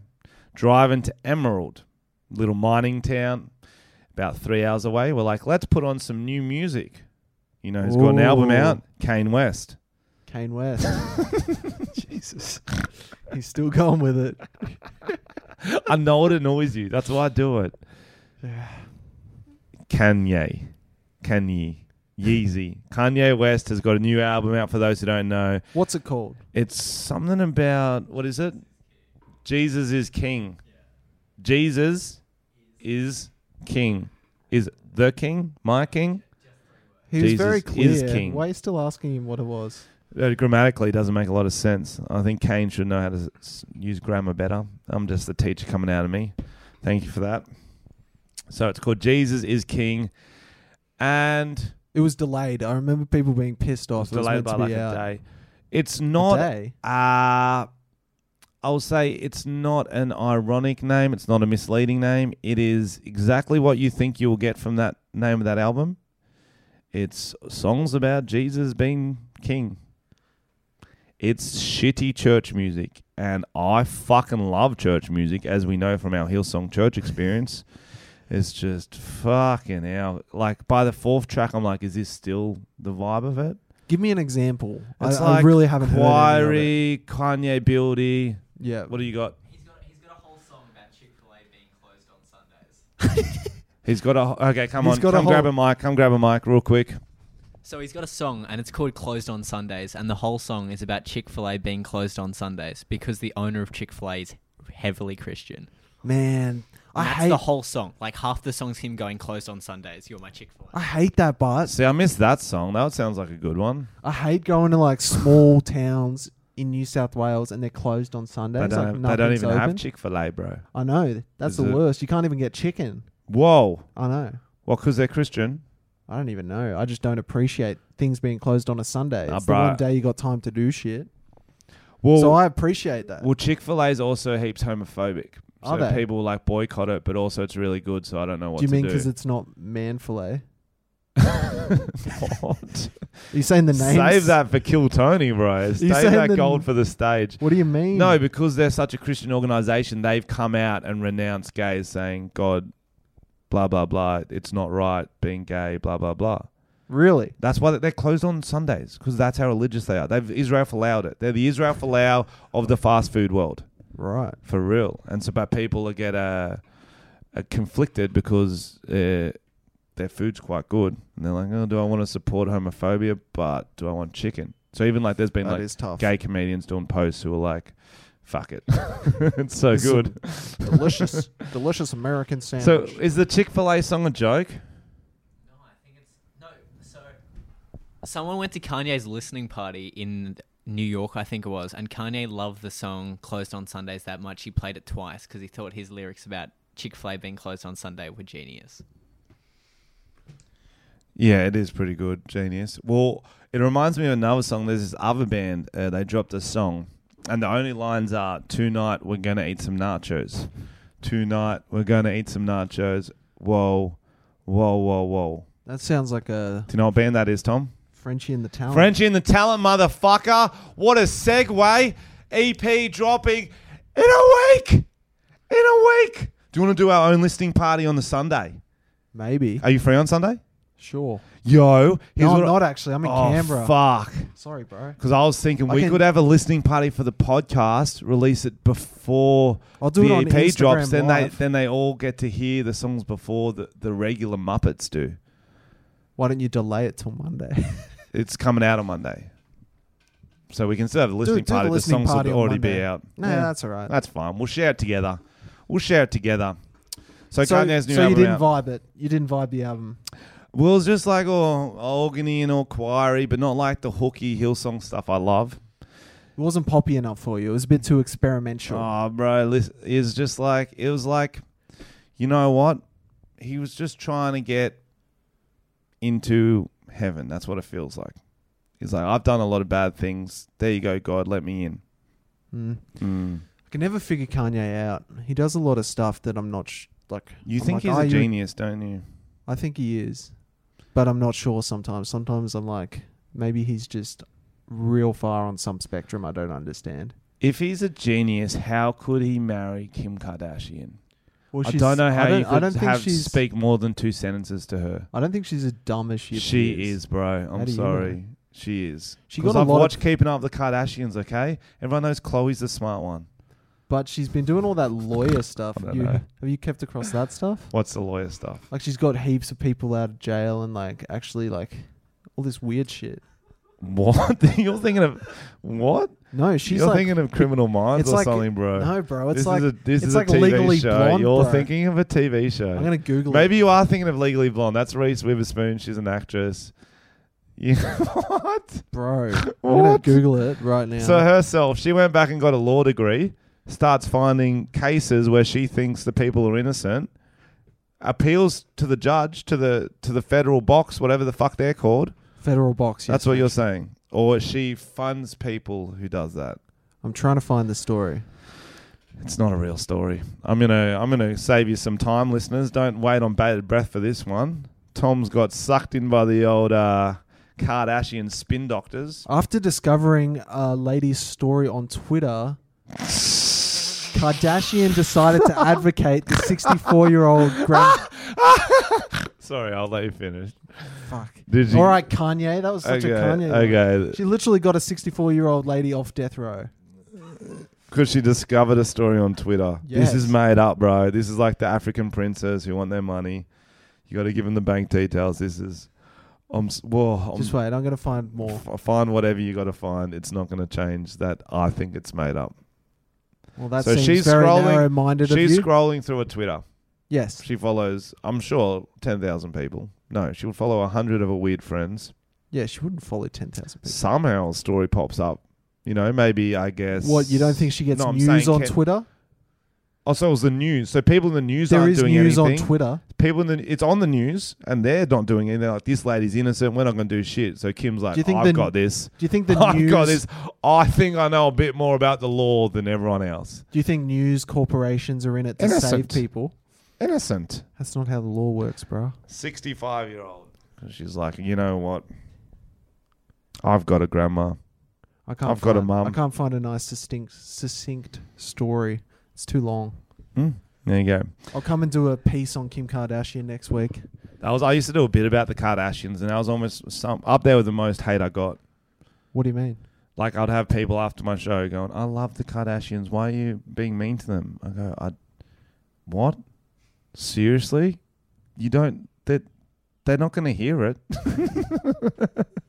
Speaker 1: driving to Emerald, little mining town, about three hours away. We're like, let's put on some new music. You know, who's got an album
Speaker 2: Ooh.
Speaker 1: out? Kane West.
Speaker 2: Kane West. Jesus. He's still going with it.
Speaker 1: I know it annoys you. That's why I do it. Kanye. Kanye. Yeezy. Kanye West has got a new album out for those who don't know.
Speaker 2: What's it called?
Speaker 1: It's something about what is it? Jesus is king. Jesus is king. Is the king? My king?
Speaker 2: He was
Speaker 1: Jesus
Speaker 2: very
Speaker 1: is
Speaker 2: clear.
Speaker 1: king.
Speaker 2: Why are you still asking him what it was?
Speaker 1: Uh, grammatically doesn't make a lot of sense. I think Kane should know how to s- s- use grammar better. I'm just the teacher coming out of me. Thank you for that. So it's called Jesus is King, and
Speaker 2: It was delayed. I remember people being pissed off.
Speaker 1: it's
Speaker 2: It was
Speaker 1: delayed by
Speaker 2: Oh, meant to
Speaker 1: like
Speaker 2: be out.
Speaker 1: a day. It's not.
Speaker 2: a day.
Speaker 1: Uh, I'll say it's not an ironic name. It's not a misleading name. It is exactly what you think you'll get from that name of that album. It's songs about Jesus being king. It's shitty church music, and I fucking love church music, as we know from our Hillsong church experience. it's just fucking hell. Like by the fourth track, I'm like, is this still the vibe of it?
Speaker 2: Give me an example. I,
Speaker 1: It's
Speaker 2: I
Speaker 1: like
Speaker 2: really haven't heard any of
Speaker 1: Quarry,
Speaker 2: it.
Speaker 1: Kanye Beauty.
Speaker 2: Yeah.
Speaker 1: What do you got?
Speaker 7: He's got, he's got a whole song about Chick fil A being closed on Sundays.
Speaker 1: He's got a okay. Come
Speaker 2: He's
Speaker 1: on,
Speaker 2: got a
Speaker 1: come grab
Speaker 2: whole-
Speaker 1: a mic. Come grab a mic, real quick.
Speaker 7: So he's got a song, and it's called Closed on Sundays, and the whole song is about Chick fil A being closed on Sundays because the owner of Chick fil A is heavily Christian.
Speaker 2: Man, I
Speaker 7: And that's
Speaker 2: hate
Speaker 7: the whole song. Like half the song's him going closed on Sundays. You're my Chick fil
Speaker 2: I hate that part.
Speaker 1: See, I missed that song. That sounds like a good one.
Speaker 2: I hate going to like small towns in New South Wales and they're closed on Sundays.
Speaker 1: They
Speaker 2: like
Speaker 1: don't, they don't
Speaker 2: nothing's
Speaker 1: even
Speaker 2: open.
Speaker 1: have Chick Fil A, bro.
Speaker 2: I know. That's
Speaker 1: Is
Speaker 2: the
Speaker 1: it-
Speaker 2: worst. You can't even get chicken.
Speaker 1: Whoa.
Speaker 2: I know.
Speaker 1: Well, because they're Christian.
Speaker 2: I don't even know. I just don't appreciate things being closed on a Sunday.
Speaker 1: Nah,
Speaker 2: it's the one
Speaker 1: bruh.
Speaker 2: day you got time to do shit.
Speaker 1: Well,
Speaker 2: so I appreciate that.
Speaker 1: well, Chick Fil A is also heaps homophobic. So
Speaker 2: Are they?
Speaker 1: people like boycott it, but also it's really good. So I don't know what
Speaker 2: do you
Speaker 1: to
Speaker 2: mean
Speaker 1: do.
Speaker 2: because it's not eh? man filet?
Speaker 1: what?
Speaker 2: Are you saying the names?
Speaker 1: Save that for Kill Tony, bro. Save
Speaker 2: saying
Speaker 1: that
Speaker 2: the-
Speaker 1: gold for the stage.
Speaker 2: What do you mean?
Speaker 1: No, because they're such a Christian organization, they've come out and renounced gays, saying, God, blah, blah, blah, it's not right being gay, blah, blah, blah.
Speaker 2: really.
Speaker 1: That's why they're closed on Sundays, because that's how religious they are. They've Israel allowed it. They're the Israel Folau of the fast food world,
Speaker 2: Right.
Speaker 1: for real. And so, but people get uh, uh, conflicted because uh, their food's quite good. And they're like, oh, do I want to support homophobia, but do I want chicken? So even like there's
Speaker 2: That
Speaker 1: been
Speaker 2: is
Speaker 1: like
Speaker 2: tough.
Speaker 1: gay comedians doing posts who are like, fuck it. it's so
Speaker 2: It's
Speaker 1: good.
Speaker 2: delicious, delicious American
Speaker 1: So
Speaker 2: sandwich.
Speaker 1: is the Chick fil A song a joke?
Speaker 7: No, I think it's no. So someone went to Kanye's listening party in New York, I think it was, and Kanye loved the song "Closed on Sundays" that much. He played it twice because he thought his lyrics about Chick Fil A being closed on Sunday were genius.
Speaker 1: Yeah, it is pretty good. Genius. Well, it reminds me of another song. There's this other band. Uh, they dropped a song, and the only lines are Tonight we're going to eat some nachos. Tonight we're going to eat some nachos. Whoa, whoa, whoa, whoa.
Speaker 2: that sounds like a
Speaker 1: Do you know what band that is, Tom?
Speaker 2: Frenchie and the Talent.
Speaker 1: Frenchie and the Talent, motherfucker. What a segue. EP dropping in a week. In a week. Do you want to do our own listening party on the Sunday?
Speaker 2: Maybe.
Speaker 1: Are you free on Sunday?
Speaker 2: Sure.
Speaker 1: Yo, here's
Speaker 2: No, I'm
Speaker 1: what I-
Speaker 2: not actually. I'm in
Speaker 1: oh,
Speaker 2: Canberra.
Speaker 1: Fuck.
Speaker 2: Sorry, bro.
Speaker 1: Because I was thinking
Speaker 2: I
Speaker 1: we
Speaker 2: can-
Speaker 1: could have a listening party for the podcast, release it before
Speaker 2: I'll do
Speaker 1: the
Speaker 2: it on
Speaker 1: EP
Speaker 2: Instagram
Speaker 1: drops. Then they
Speaker 2: Live.
Speaker 1: then they all get to hear the songs before the, the regular Muppets do.
Speaker 2: Why don't you delay it till Monday?
Speaker 1: It's coming out on Monday, so we can still have a listening
Speaker 2: do the
Speaker 1: party.
Speaker 2: listening
Speaker 1: the songs
Speaker 2: party
Speaker 1: will
Speaker 2: on
Speaker 1: already be
Speaker 2: Monday.
Speaker 1: out.
Speaker 2: no,
Speaker 1: Yeah.
Speaker 2: that's all right.
Speaker 1: that's fine. We'll share it together. We'll share it together. So,
Speaker 2: so
Speaker 1: Kanye's new
Speaker 2: so you
Speaker 1: album out.
Speaker 2: didn't vibe it. You didn't vibe the album.
Speaker 1: Well, it's just like all organy and all choiry, but not like the hooky Hillsong stuff I love.
Speaker 2: It wasn't poppy enough for you. It was a bit too experimental.
Speaker 1: Oh, bro, listen, it was just like it was like, you know what? He was just trying to get into heaven. That's what it feels like. He's like, I've done a lot of bad things. There you go, God, let me in.
Speaker 2: Mm. I can never figure Kanye out. He does a lot of stuff that I'm not sh- like.
Speaker 1: You
Speaker 2: I'm
Speaker 1: think
Speaker 2: like,
Speaker 1: he's
Speaker 2: "Oh,
Speaker 1: a
Speaker 2: you're
Speaker 1: genius, don't you?
Speaker 2: I think he is, but I'm not sure. Sometimes, sometimes I'm like, maybe he's just real far on some spectrum. I don't understand.
Speaker 1: If he's a genius, how could he marry Kim Kardashian? I don't know how you could have speak more than two sentences to her.
Speaker 2: I don't think she's as dumb as she.
Speaker 1: She
Speaker 2: appears.
Speaker 1: is, bro. I'm
Speaker 2: do you
Speaker 1: sorry.
Speaker 2: know?
Speaker 1: She is.
Speaker 2: She
Speaker 1: Because
Speaker 2: got a
Speaker 1: I've
Speaker 2: lot of-
Speaker 1: watched Keeping Up with the Kardashians. Okay, everyone knows Chloe's the smart one.
Speaker 2: but she's been doing all that lawyer stuff.
Speaker 1: I don't
Speaker 2: you,
Speaker 1: know.
Speaker 2: Have you kept across that stuff?
Speaker 1: What's the lawyer stuff?
Speaker 2: Like she's got heaps of people out of jail and like actually like all this weird shit.
Speaker 1: What you're thinking of? What
Speaker 2: No, she's
Speaker 1: you're
Speaker 2: like
Speaker 1: thinking of Criminal Minds
Speaker 2: it's
Speaker 1: or
Speaker 2: like-
Speaker 1: something, bro?
Speaker 2: no, bro. It's
Speaker 1: this
Speaker 2: like
Speaker 1: is a, this
Speaker 2: it's
Speaker 1: is
Speaker 2: like
Speaker 1: a TV
Speaker 2: Legally
Speaker 1: show.
Speaker 2: Blonde,
Speaker 1: you're
Speaker 2: bro.
Speaker 1: thinking of a TV show.
Speaker 2: I'm gonna Google
Speaker 1: Maybe
Speaker 2: it.
Speaker 1: you are thinking of Legally Blonde. That's Reese Witherspoon. She's an actress. You what?
Speaker 2: bro. I'm gonna
Speaker 1: What?
Speaker 2: Google it right now.
Speaker 1: So herself, she went back and got a law degree. Starts finding cases where she thinks the people are innocent. Appeals to the judge, to the to the federal box, whatever the fuck they're called.
Speaker 2: Federal box. yes,
Speaker 1: That's what
Speaker 2: mate.
Speaker 1: you're saying. Or she funds people who does that.
Speaker 2: I'm trying to find the story.
Speaker 1: It's not a real story. I'm gonna I'm gonna save you some time, listeners. Don't wait on bated breath for this one. Tom's got sucked in by the old uh, Kardashian spin doctors.
Speaker 2: After discovering a lady's story on Twitter, Kardashian decided to advocate the 64 year old grand.
Speaker 1: Sorry, I'll let you finish.
Speaker 2: Fuck.
Speaker 1: Did you?
Speaker 2: All right, Kanye. That was such
Speaker 1: okay,
Speaker 2: a Kanye.
Speaker 1: Okay,
Speaker 2: She literally got a 64 year old lady off death row.
Speaker 1: because she discovered a story on Twitter.
Speaker 2: Yes.
Speaker 1: This is made up, bro. This is like the African princes who want their money. You got to give them the bank details. This is, I'm s- well, I'm
Speaker 2: Just wait, I'm going to find more.
Speaker 1: F- find whatever you got to find. It's not going to change that. I think it's made up.
Speaker 2: Well, that
Speaker 1: So
Speaker 2: seems
Speaker 1: she's
Speaker 2: very
Speaker 1: scrolling-
Speaker 2: narrow minded of you.
Speaker 1: She's scrolling through a Twitter.
Speaker 2: yes.
Speaker 1: She follows, I'm sure, ten thousand people. No, she would follow hundred of her weird friends.
Speaker 2: Yeah, she wouldn't follow 10,000 people.
Speaker 1: Somehow, a story pops up. You know, maybe I guess.
Speaker 2: What, you don't think she gets
Speaker 1: No, I'm
Speaker 2: news
Speaker 1: saying
Speaker 2: on
Speaker 1: can-
Speaker 2: Twitter?
Speaker 1: Oh, so it was the news. So people in the news
Speaker 2: There
Speaker 1: aren't
Speaker 2: is
Speaker 1: doing
Speaker 2: news
Speaker 1: anything.
Speaker 2: on Twitter.
Speaker 1: People in the it's on the news and they're not doing anything. They're like, this lady's innocent. We're not going to do shit. So Kim's like,
Speaker 2: Do you think
Speaker 1: I've
Speaker 2: the-
Speaker 1: got this.
Speaker 2: Do you think the
Speaker 1: I've
Speaker 2: news
Speaker 1: got this. I think I know a bit more about the law than everyone else.
Speaker 2: Do you think news corporations are in it to
Speaker 1: Innocent.
Speaker 2: save people?
Speaker 1: Innocent.
Speaker 2: That's not how the law works, bro.
Speaker 1: 65 year old. She's like, you know what? I've got a grandma.
Speaker 2: I can't
Speaker 1: I've got a
Speaker 2: find-
Speaker 1: mum.
Speaker 2: I can't find a nice distinct succinct story. It's too long.
Speaker 1: Mm, there you go.
Speaker 2: I'll come and do a piece on Kim Kardashian next week.
Speaker 1: I was I used to do a bit about the Kardashians, and I was almost some up there with the most hate I got.
Speaker 2: What do you mean?
Speaker 1: Like I'd have people after my show going, "I love the Kardashians. Why are you being mean to them?" I go, "I, what? Seriously? You don't? They, they're not going to hear it.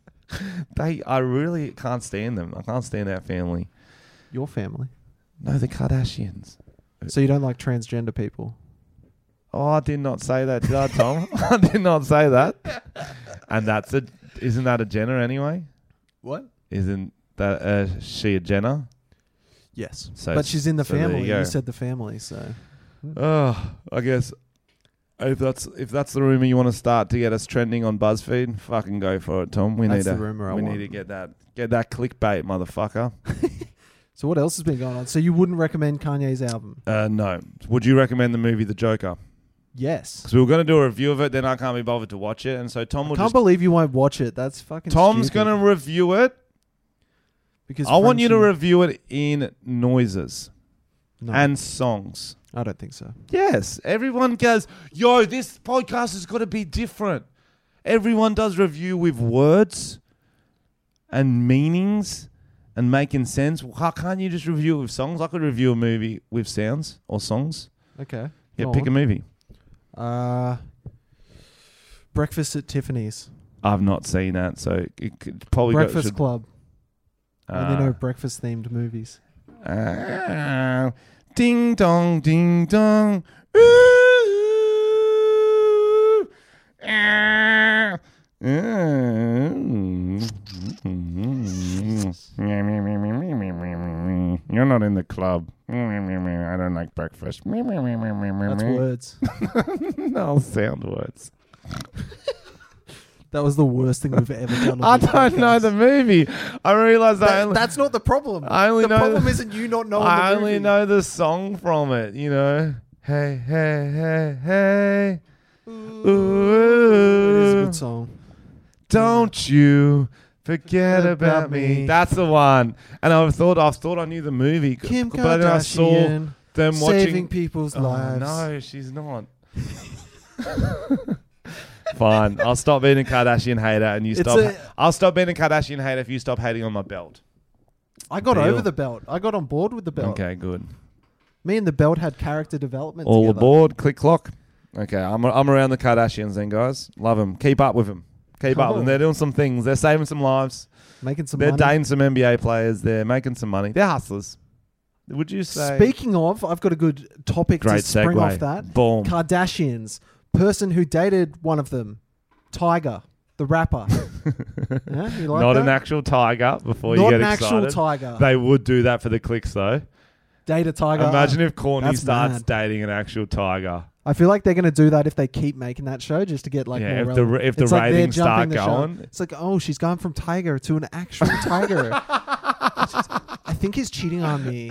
Speaker 1: they, I really can't stand them. I can't stand that family.
Speaker 2: Your family.
Speaker 1: No, the Kardashians.
Speaker 2: So you don't like transgender people?
Speaker 1: Oh, I did not say that, did I, Tom? I did not say that. And that's a isn't that a Jenner anyway?
Speaker 2: What?
Speaker 1: Isn't that uh, she a Jenner?
Speaker 2: Yes.
Speaker 1: So
Speaker 2: but she's in the
Speaker 1: so there
Speaker 2: family.
Speaker 1: you
Speaker 2: You,
Speaker 1: go.
Speaker 2: said the family, so
Speaker 1: Oh, I guess if that's if that's the rumor you want to start to get us trending on BuzzFeed, fucking go for it, Tom. We
Speaker 2: that's
Speaker 1: need
Speaker 2: the
Speaker 1: to
Speaker 2: rumor I
Speaker 1: we
Speaker 2: want.
Speaker 1: need to get that get that clickbait, motherfucker.
Speaker 2: So what else has been going on? So you wouldn't recommend Kanye's album?
Speaker 1: Uh, no, would you recommend the movie The Joker?
Speaker 2: Yes.
Speaker 1: Because we were going to do a review of it, then I can't be bothered to watch it, and so Tom will
Speaker 2: Can't
Speaker 1: just
Speaker 2: believe you won't watch it. That's fucking.
Speaker 1: Tom's
Speaker 2: stupid.
Speaker 1: going to review it.
Speaker 2: Because
Speaker 1: I want you to
Speaker 2: friendship-
Speaker 1: review it in noises.
Speaker 2: No,
Speaker 1: and songs.
Speaker 2: I don't think so.
Speaker 1: Yes, everyone goes, yo, this podcast has got to be different. Everyone does review with words and meanings and making sense. How can't you just review it with songs? I could review a movie with sounds or songs.
Speaker 2: Okay.
Speaker 1: Yeah,
Speaker 2: Go
Speaker 1: pick a
Speaker 2: on.
Speaker 1: movie.
Speaker 2: Uh, Breakfast at Tiffany's,
Speaker 1: I've not seen that, so it could probably go,
Speaker 2: Breakfast
Speaker 1: uh,
Speaker 2: Club,
Speaker 1: should,
Speaker 2: and they know breakfast themed movies.
Speaker 1: Ah, ding dong, ding dong. Ooh, ah, mm. You're not in the club. I don't like breakfast.
Speaker 2: That's words.
Speaker 1: no sound words.
Speaker 2: that was the worst thing we've ever done. On
Speaker 1: I
Speaker 2: this
Speaker 1: don't know
Speaker 2: podcast.
Speaker 1: the movie. I realized I
Speaker 2: That-
Speaker 1: only,
Speaker 2: that's not the problem.
Speaker 1: I only
Speaker 2: the
Speaker 1: know-
Speaker 2: problem isn't you not knowing.
Speaker 1: I
Speaker 2: the
Speaker 1: only
Speaker 2: movie.
Speaker 1: know the song from it, you know. Hey, hey, hey, hey.
Speaker 2: It is a
Speaker 1: Ooh,
Speaker 2: good song.
Speaker 1: don't you forget about me. That's the one. And I thought I thought I knew the movie, c-
Speaker 2: Kim
Speaker 1: but then I saw
Speaker 2: Kardashian
Speaker 1: them watching.
Speaker 2: saving people's
Speaker 1: Oh,
Speaker 2: lives.
Speaker 1: No, she's not. Fine, I'll stop being a Kardashian hater, and you
Speaker 2: It's
Speaker 1: stop.
Speaker 2: a-
Speaker 1: I'll stop being a Kardashian hater if you stop hating on my belt.
Speaker 2: I got
Speaker 1: Deal.
Speaker 2: over the belt. I got on board with the belt.
Speaker 1: Okay, good.
Speaker 2: Me and the belt had character development.
Speaker 1: All
Speaker 2: together.
Speaker 1: aboard, click clock. Okay, I'm, I'm around the Kardashians then, guys. Love them. Keep up with them. Keep up with them.
Speaker 2: Cool.
Speaker 1: They're doing some things. They're saving some lives.
Speaker 2: making some
Speaker 1: They're
Speaker 2: money.
Speaker 1: dating some NBA players. They're making some money. They're hustlers. Would you say?
Speaker 2: Speaking of, I've got a good topic
Speaker 1: Great
Speaker 2: to spring
Speaker 1: segue.
Speaker 2: off that.
Speaker 1: Boom.
Speaker 2: Kardashians. Person who dated one of them, Tiger, the rapper. yeah, you like
Speaker 1: Not
Speaker 2: that?
Speaker 1: an actual tiger before
Speaker 2: Not
Speaker 1: you
Speaker 2: an
Speaker 1: get
Speaker 2: actual
Speaker 1: excited.
Speaker 2: tiger.
Speaker 1: They would do that for the clicks though.
Speaker 2: Date a tiger.
Speaker 1: Imagine if Corny
Speaker 2: that's
Speaker 1: starts
Speaker 2: mad.
Speaker 1: dating an actual tiger.
Speaker 2: I feel like they're going to do that if they keep making that show just to get like
Speaker 1: Yeah,
Speaker 2: more
Speaker 1: if the
Speaker 2: relevant.
Speaker 1: ra- if the
Speaker 2: It's like they're
Speaker 1: ratings start
Speaker 2: jumping the show.
Speaker 1: going.
Speaker 2: It's like, oh, she's gone from tiger to an actual tiger. I think he's cheating on me.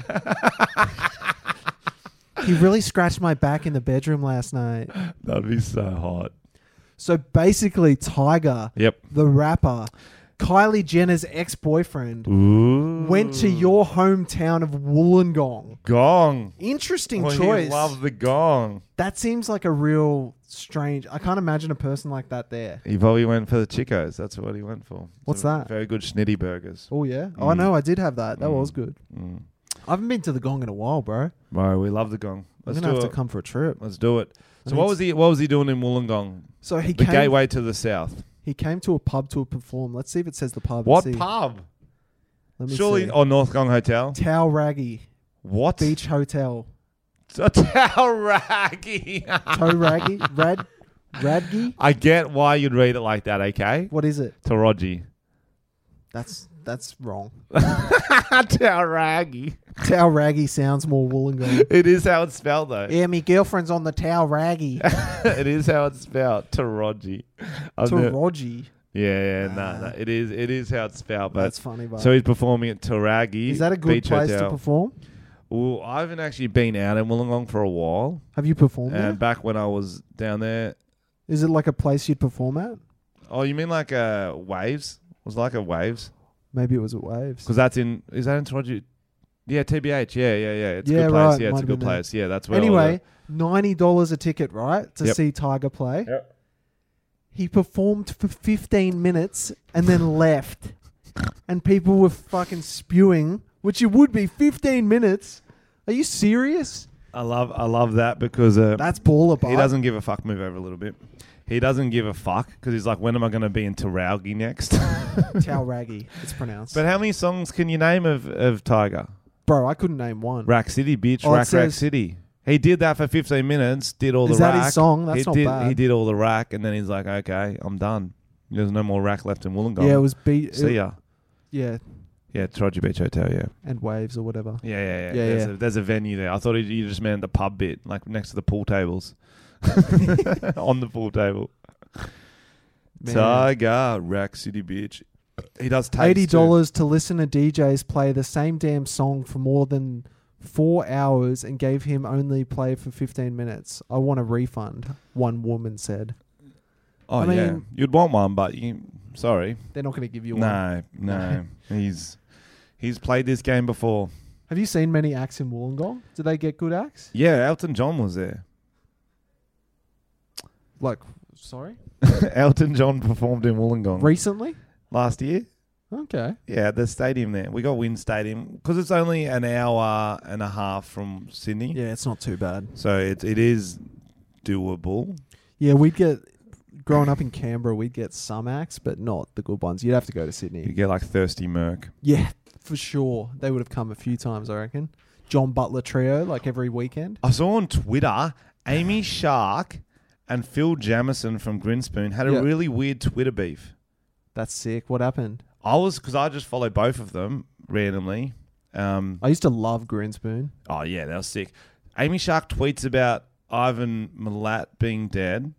Speaker 2: he really scratched my back in the bedroom last night.
Speaker 1: That'd be so hot.
Speaker 2: So basically, Tiger,
Speaker 1: Yep.
Speaker 2: the rapper, Kylie Jenner's ex boyfriend
Speaker 1: Ooh.
Speaker 2: went to
Speaker 1: Mm.
Speaker 2: your hometown of Wollongong.
Speaker 1: gong.
Speaker 2: Interesting
Speaker 1: Well, he
Speaker 2: choice.
Speaker 1: loved the gong.
Speaker 2: that seems like a real strange. I can't imagine a person like that there.
Speaker 1: He probably went for the Chicos. That's what he went for.
Speaker 2: What's
Speaker 1: Some
Speaker 2: that?
Speaker 1: Very good schnitty burgers.
Speaker 2: Oh yeah. Oh no, I did have that. That
Speaker 1: Mm.
Speaker 2: was good.
Speaker 1: Mm.
Speaker 2: I haven't been to the Gong in a while, bro.
Speaker 1: Bro, we love the gong.
Speaker 2: I'm
Speaker 1: Let's
Speaker 2: gonna
Speaker 1: do
Speaker 2: have
Speaker 1: it.
Speaker 2: to come for a trip.
Speaker 1: Let's do it. So
Speaker 2: mean,
Speaker 1: what
Speaker 2: it's-
Speaker 1: was he? What was he doing in Wollongong?
Speaker 2: So he
Speaker 1: the
Speaker 2: came.
Speaker 1: gateway to the south.
Speaker 2: He came to a pub to perform. Let's see if it says the pub.
Speaker 1: What
Speaker 2: Let's see.
Speaker 1: pub?
Speaker 2: Let me
Speaker 1: Surely
Speaker 2: see.
Speaker 1: or North Gong Hotel.
Speaker 2: Tau Raggy
Speaker 1: What?
Speaker 2: Beach Hotel.
Speaker 1: A towel raggy.
Speaker 2: Toe Raggy Rad Radgy.
Speaker 1: I get why you'd read it like that. Okay.
Speaker 2: What is it?
Speaker 1: Taraji.
Speaker 2: That's that's wrong.
Speaker 1: towel raggy.
Speaker 2: Tau Raggy sounds more Wollongong.
Speaker 1: It is how it's spelled though.
Speaker 2: yeah, my girlfriend's on the Tau Raggy.
Speaker 1: it is how it's spelled. Taraji. I've never-
Speaker 2: Taraji.
Speaker 1: Yeah, yeah, no,
Speaker 2: Ah.
Speaker 1: no. It is it is how it's spelled, but
Speaker 2: That's funny, but
Speaker 1: so he's performing at Taragi.
Speaker 2: is that a good
Speaker 1: Beach
Speaker 2: place
Speaker 1: Hotel.
Speaker 2: to perform?
Speaker 1: Well, I haven't actually been out in Wollongong for a while.
Speaker 2: Have you performed there?
Speaker 1: And back when I was down there
Speaker 2: Is it like a place you'd perform at?
Speaker 1: Oh, you mean like uh waves? Was it like a waves?
Speaker 2: Maybe it was at Waves.
Speaker 1: Because that's in is that in Taraji? Yeah, TBH, yeah, yeah, yeah. It's a
Speaker 2: Yeah,
Speaker 1: good place. Yeah,
Speaker 2: right, might
Speaker 1: it's a
Speaker 2: have
Speaker 1: good
Speaker 2: been there.
Speaker 1: place. Yeah, that's where all
Speaker 2: Anyway, ninety dollars a ticket, right, to
Speaker 1: Yep.
Speaker 2: see Tiger play.
Speaker 1: Yep.
Speaker 2: He performed for fifteen minutes and then left, and people were fucking spewing, which it would be fifteen minutes. Are you serious?
Speaker 1: the- I love I love that because uh,
Speaker 2: That's baller, but
Speaker 1: He doesn't give a fuck. Move over a little bit. He doesn't give a fuck because he's like, when am I going to be in Taraugi next?
Speaker 2: Tauragi, it's pronounced.
Speaker 1: but how many songs can you name of, of Tiger?
Speaker 2: Bro, I couldn't name one.
Speaker 1: Rack City, bitch.
Speaker 2: Oh, it
Speaker 1: rack, Rack
Speaker 2: says-
Speaker 1: City. He did that for 15 minutes, did all
Speaker 2: Is
Speaker 1: the
Speaker 2: that
Speaker 1: rack.
Speaker 2: his song? That's
Speaker 1: he
Speaker 2: not
Speaker 1: did,
Speaker 2: bad.
Speaker 1: He did all the rack, and then he's like, okay, I'm done. There's no more rack left in Wollongong.
Speaker 2: yeah, it was beat.
Speaker 1: See ya.
Speaker 2: Yeah,
Speaker 1: Yeah, Taraji Beach Hotel, yeah.
Speaker 2: and Waves or whatever.
Speaker 1: Yeah, yeah, yeah.
Speaker 2: Yeah,
Speaker 1: there's,
Speaker 2: yeah.
Speaker 1: A, there's a venue there. I thought he- you just meant the pub bit, like next to the pool tables. On the pool table.
Speaker 2: Man.
Speaker 1: Tiger, Rack City Beach. He does takes
Speaker 2: eighty
Speaker 1: too.
Speaker 2: dollars to listen to DJs play the same damn song for more than four hours and gave him only play for fifteen minutes. I want a refund. One woman said
Speaker 1: Oh
Speaker 2: I mean-
Speaker 1: yeah, you'd want one, but you sorry,
Speaker 2: they're not going to give you one.
Speaker 1: no, no. he's he's played this game before.
Speaker 2: Have you seen many acts in Wollongong? Do they get good acts?
Speaker 1: Yeah, Elton John was there.
Speaker 2: Like, sorry,
Speaker 1: Elton John performed in Wollongong
Speaker 2: recently?
Speaker 1: last year.
Speaker 2: Okay,
Speaker 1: Yeah, at the stadium there. We got Wynn Stadium because it's only an hour and a half from Sydney,
Speaker 2: yeah, it's not too bad.
Speaker 1: so it it is doable.
Speaker 2: Yeah, we'd get. Growing up in Canberra, we'd get some acts, but not the good ones. You'd have to go to
Speaker 1: You
Speaker 2: Sydney.
Speaker 1: get like thirsty Merc.
Speaker 2: Yeah, for sure. They would have come a few times, I reckon. John Butler Trio, like every weekend.
Speaker 1: I saw on Twitter Amy Shark and Phil Jamison from Grinspoon had a
Speaker 2: Yeah.
Speaker 1: really weird Twitter beef.
Speaker 2: That's sick. What happened?
Speaker 1: I was because I just follow both of them randomly. Um,
Speaker 2: I used to love Grinspoon.
Speaker 1: oh yeah, that was sick. Amy Shark tweets about Ivan Milat being dead.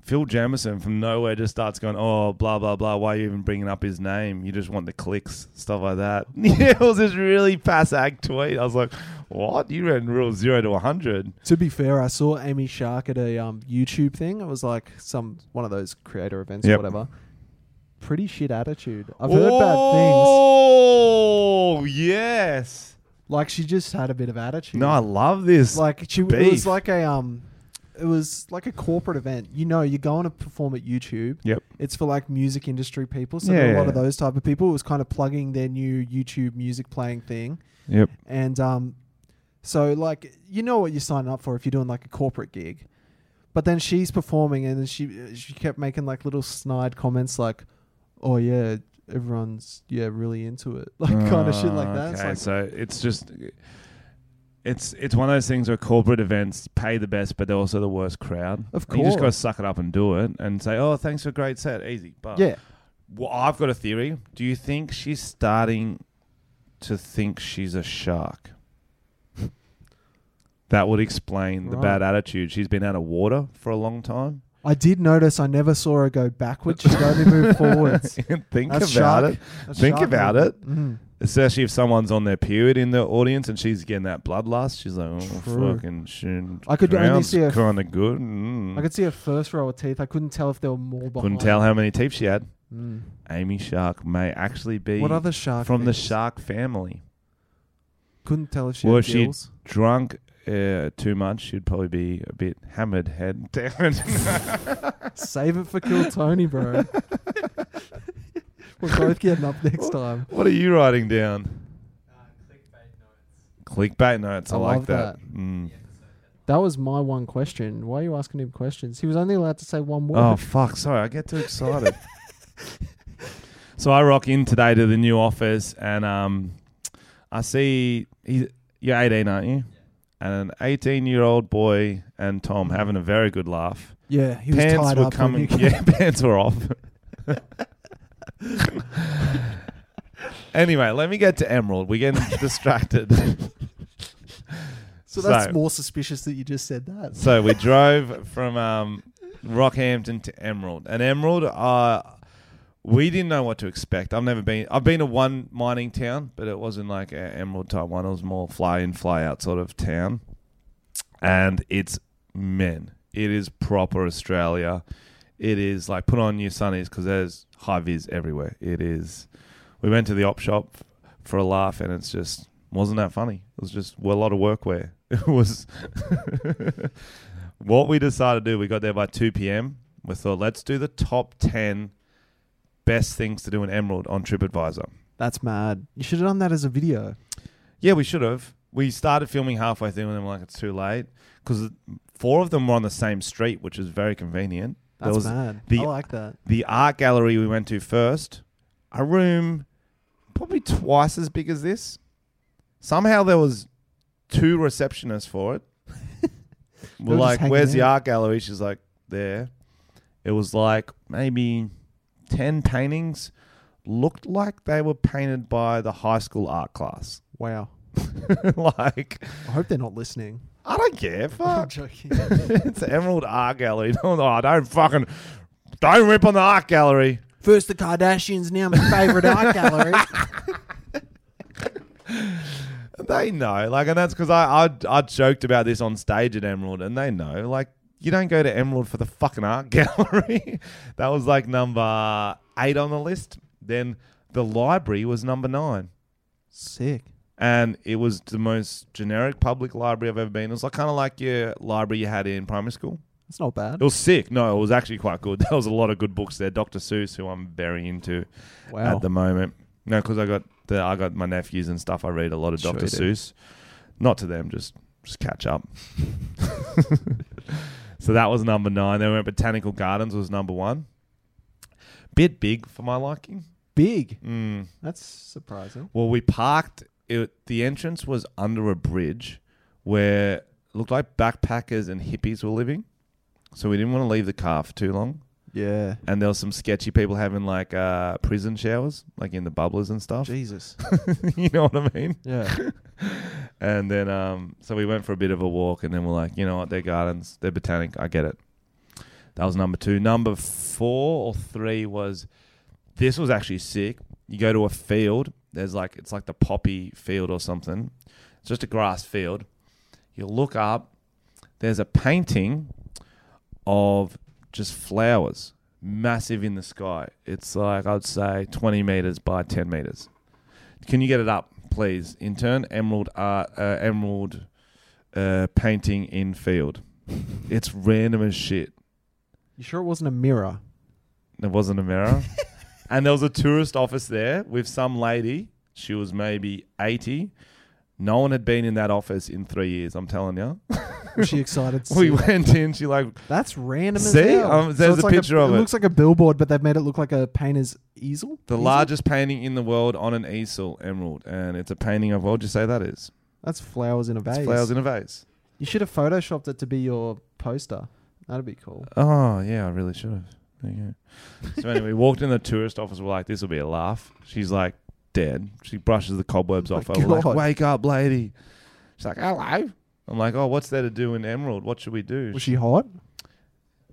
Speaker 1: Phil Jamison from nowhere just starts going, "Oh, blah blah blah. Why are you even bringing up his name? You just want the clicks, stuff like that." it was this really pass act tweet. I was like, "What? You ran real zero to hundred?
Speaker 2: To be fair, I saw Amy Shark at a um, YouTube thing. It was like some one of those creator events
Speaker 1: Yep.
Speaker 2: or whatever. Pretty shit attitude. I've heard bad things.
Speaker 1: Oh yes.
Speaker 2: Like she just had a bit of attitude.
Speaker 1: No, I love this.
Speaker 2: like she it
Speaker 1: beef.
Speaker 2: was like a um, it was like a corporate event. You know, you're going to perform at YouTube.
Speaker 1: Yep.
Speaker 2: It's for like music industry people. So there were a lot
Speaker 1: Yeah.
Speaker 2: of those type of people. It was kind of plugging their new YouTube music playing thing.
Speaker 1: Yep.
Speaker 2: And um, so like you know what you're signing up for if you're doing like a corporate gig, but then she's performing and then she uh, she kept making like little snide comments like, "Oh yeah, everyone's yeah really into it," like kind of shit like
Speaker 1: Oh,
Speaker 2: that.
Speaker 1: Okay,
Speaker 2: It's
Speaker 1: so
Speaker 2: like,
Speaker 1: it's just it's it's one of those things where corporate events pay the best, but they're also the worst crowd.
Speaker 2: Of
Speaker 1: And you just got to
Speaker 2: course.
Speaker 1: suck it up and do it, and say, "Oh, thanks for a great set, easy." But
Speaker 2: yeah,
Speaker 1: well, I've got a theory. Do you think she's starting to think she's a shark? That would explain the
Speaker 2: Right.
Speaker 1: bad attitude. She's been out of water for a long time.
Speaker 2: I did notice I never saw her go backwards. She only moved forwards.
Speaker 1: Think
Speaker 2: That's
Speaker 1: about
Speaker 2: shark.
Speaker 1: it.
Speaker 2: That's
Speaker 1: Think
Speaker 2: shark
Speaker 1: about
Speaker 2: movement.
Speaker 1: it.
Speaker 2: Mm.
Speaker 1: Especially if someone's on their period in the audience and she's getting that bloodlust, she's like, oh,
Speaker 2: True.
Speaker 1: fucking shit.
Speaker 2: I could only see her-
Speaker 1: kind of good. Mm.
Speaker 2: I could see her first row of teeth. I couldn't tell if there were more behind.
Speaker 1: Couldn't tell how many teeth she had.
Speaker 2: Mm.
Speaker 1: Amy Shark may actually be
Speaker 2: What other shark?
Speaker 1: from the
Speaker 2: things?
Speaker 1: shark family.
Speaker 2: Couldn't tell if she
Speaker 1: Well,
Speaker 2: had
Speaker 1: she-
Speaker 2: gills.
Speaker 1: Drunk uh, too much, she'd probably be a bit hammered head down.
Speaker 2: Save it for Kill Tony, bro. We're both getting up next time.
Speaker 1: what are you writing down? Clickbait notes. I,
Speaker 2: I
Speaker 1: like
Speaker 2: love
Speaker 1: that. Mm.
Speaker 2: That was my one question. Why are you asking him questions? He was only allowed to say one word.
Speaker 1: Oh fuck! Sorry, I get too excited. so I rock in today to the new office, and um, I see he, you're 18, aren't you? And an 18-year-old boy and Tom having a very good laugh.
Speaker 2: yeah, he was
Speaker 1: pants
Speaker 2: tied
Speaker 1: were
Speaker 2: up.
Speaker 1: coming.
Speaker 2: when you-
Speaker 1: Yeah, pants were off. anyway, let me get to Emerald. We're getting distracted.
Speaker 2: So that's
Speaker 1: So-
Speaker 2: more suspicious that you just said that.
Speaker 1: so we drove from um, Rockhampton to Emerald, and Emerald, uh, we didn't know what to expect. I've never been. I've been to one mining town, but it wasn't like an Emerald type one. It was more fly in, fly out sort of town, and it's men. It is proper Australia. It is like put on your sunnies because there's high vis everywhere. It is. We went to the op shop f- for a laugh, and it's just wasn't that funny. It was just well, a lot of workwear. It was what we decided to do. We got there by two p.m. We thought let's do the top ten best things to do in Emerald on TripAdvisor.
Speaker 2: That's mad. You should have done that as a video.
Speaker 1: Yeah, we should have. We started filming halfway through, and then we're like, it's too late because four of them were on the same street, which is very convenient.
Speaker 2: That's
Speaker 1: was
Speaker 2: mad.
Speaker 1: the-
Speaker 2: I like that.
Speaker 1: the art gallery we went to first, a room probably twice as big as this. Somehow there was two receptionists for it.
Speaker 2: They were
Speaker 1: We're
Speaker 2: just
Speaker 1: like,
Speaker 2: hanging
Speaker 1: "Where's the
Speaker 2: out."
Speaker 1: art gallery?" She's like, "There." It was like maybe ten paintings. Looked like they were painted by the high school art class.
Speaker 2: Wow.
Speaker 1: like,
Speaker 2: I hope they're not listening.
Speaker 1: I don't care.
Speaker 2: I'm
Speaker 1: Fuck.
Speaker 2: joking.
Speaker 1: it's Emerald Art Gallery. Don't, oh, don't fucking, don't rip on the art gallery.
Speaker 2: First the Kardashians, now my favorite art gallery.
Speaker 1: They know, like, and that's because I, I I joked about this on stage at Emerald, and they know, like, you don't go to Emerald for the fucking art gallery. that was like number eight on the list. Then the library was number nine,
Speaker 2: Sick.
Speaker 1: and it was the most generic public library I've ever been. It was like kind of like your library you had in primary school.
Speaker 2: That's not bad.
Speaker 1: It was sick. No, it was actually quite good. There was a lot of good books there. Dr. Seuss, who I'm very into
Speaker 2: Wow.
Speaker 1: at the moment. No, because I got the I got my nephews and stuff. I read a lot of
Speaker 2: Sure
Speaker 1: Dr.
Speaker 2: you do.
Speaker 1: Seuss. Not to them, just just catch up. so that was number nine. Then we went Botanical Gardens was number one. Bit big for my liking.
Speaker 2: Big.
Speaker 1: Mm.
Speaker 2: That's surprising.
Speaker 1: Well, we parked. It, the entrance was under a bridge where it looked like backpackers and hippies were living. So we didn't want to leave the car for too long.
Speaker 2: Yeah.
Speaker 1: And there was some sketchy people having like uh, prison showers, like in the bubblers and stuff.
Speaker 2: Jesus.
Speaker 1: you know what I mean?
Speaker 2: Yeah.
Speaker 1: And then, um, so we went for a bit of a walk, and then we're like, you know what? Their gardens, they're botanic. I get it. That was number two. Number four or three was this was actually sick. You go to a field. There's like it's like the poppy field or something. It's just a grass field. You look up. There's a painting of just flowers, massive in the sky. It's like I'd say 20 meters by 10 meters. Can you get it up, please? Intern Emerald art, uh, Emerald uh, painting in field. It's random as shit.
Speaker 2: You sure it wasn't a mirror?
Speaker 1: There wasn't a mirror, and there was a tourist office there with some lady. She was maybe eighty. No one had been in that office in three years. I'm telling you.
Speaker 2: Was she excited? To
Speaker 1: We
Speaker 2: see it?
Speaker 1: went in. She like
Speaker 2: That's random as
Speaker 1: See?
Speaker 2: hell.
Speaker 1: Um, there's
Speaker 2: it's
Speaker 1: a
Speaker 2: like
Speaker 1: picture of
Speaker 2: It
Speaker 1: it.
Speaker 2: looks like a billboard, but they've made it look like a painter's easel.
Speaker 1: the
Speaker 2: Easel?
Speaker 1: largest painting in the world on an easel, Emerald, and it's a painting of what would you say that is?
Speaker 2: That's flowers in a vase.
Speaker 1: It's flowers in a vase.
Speaker 2: you should have photoshopped it to be your poster. That'd be cool.
Speaker 1: Oh yeah, I really should have. There you go. So anyway, we walked in the tourist office. We're like, this will be a laugh. She's like, dead. She brushes the cobwebs off.
Speaker 2: Oh my
Speaker 1: her. We're like,
Speaker 2: God.
Speaker 1: wake up, lady. She's like, hello. I'm like, oh, what's there to do in Emerald? What should we do?
Speaker 2: Was she hot?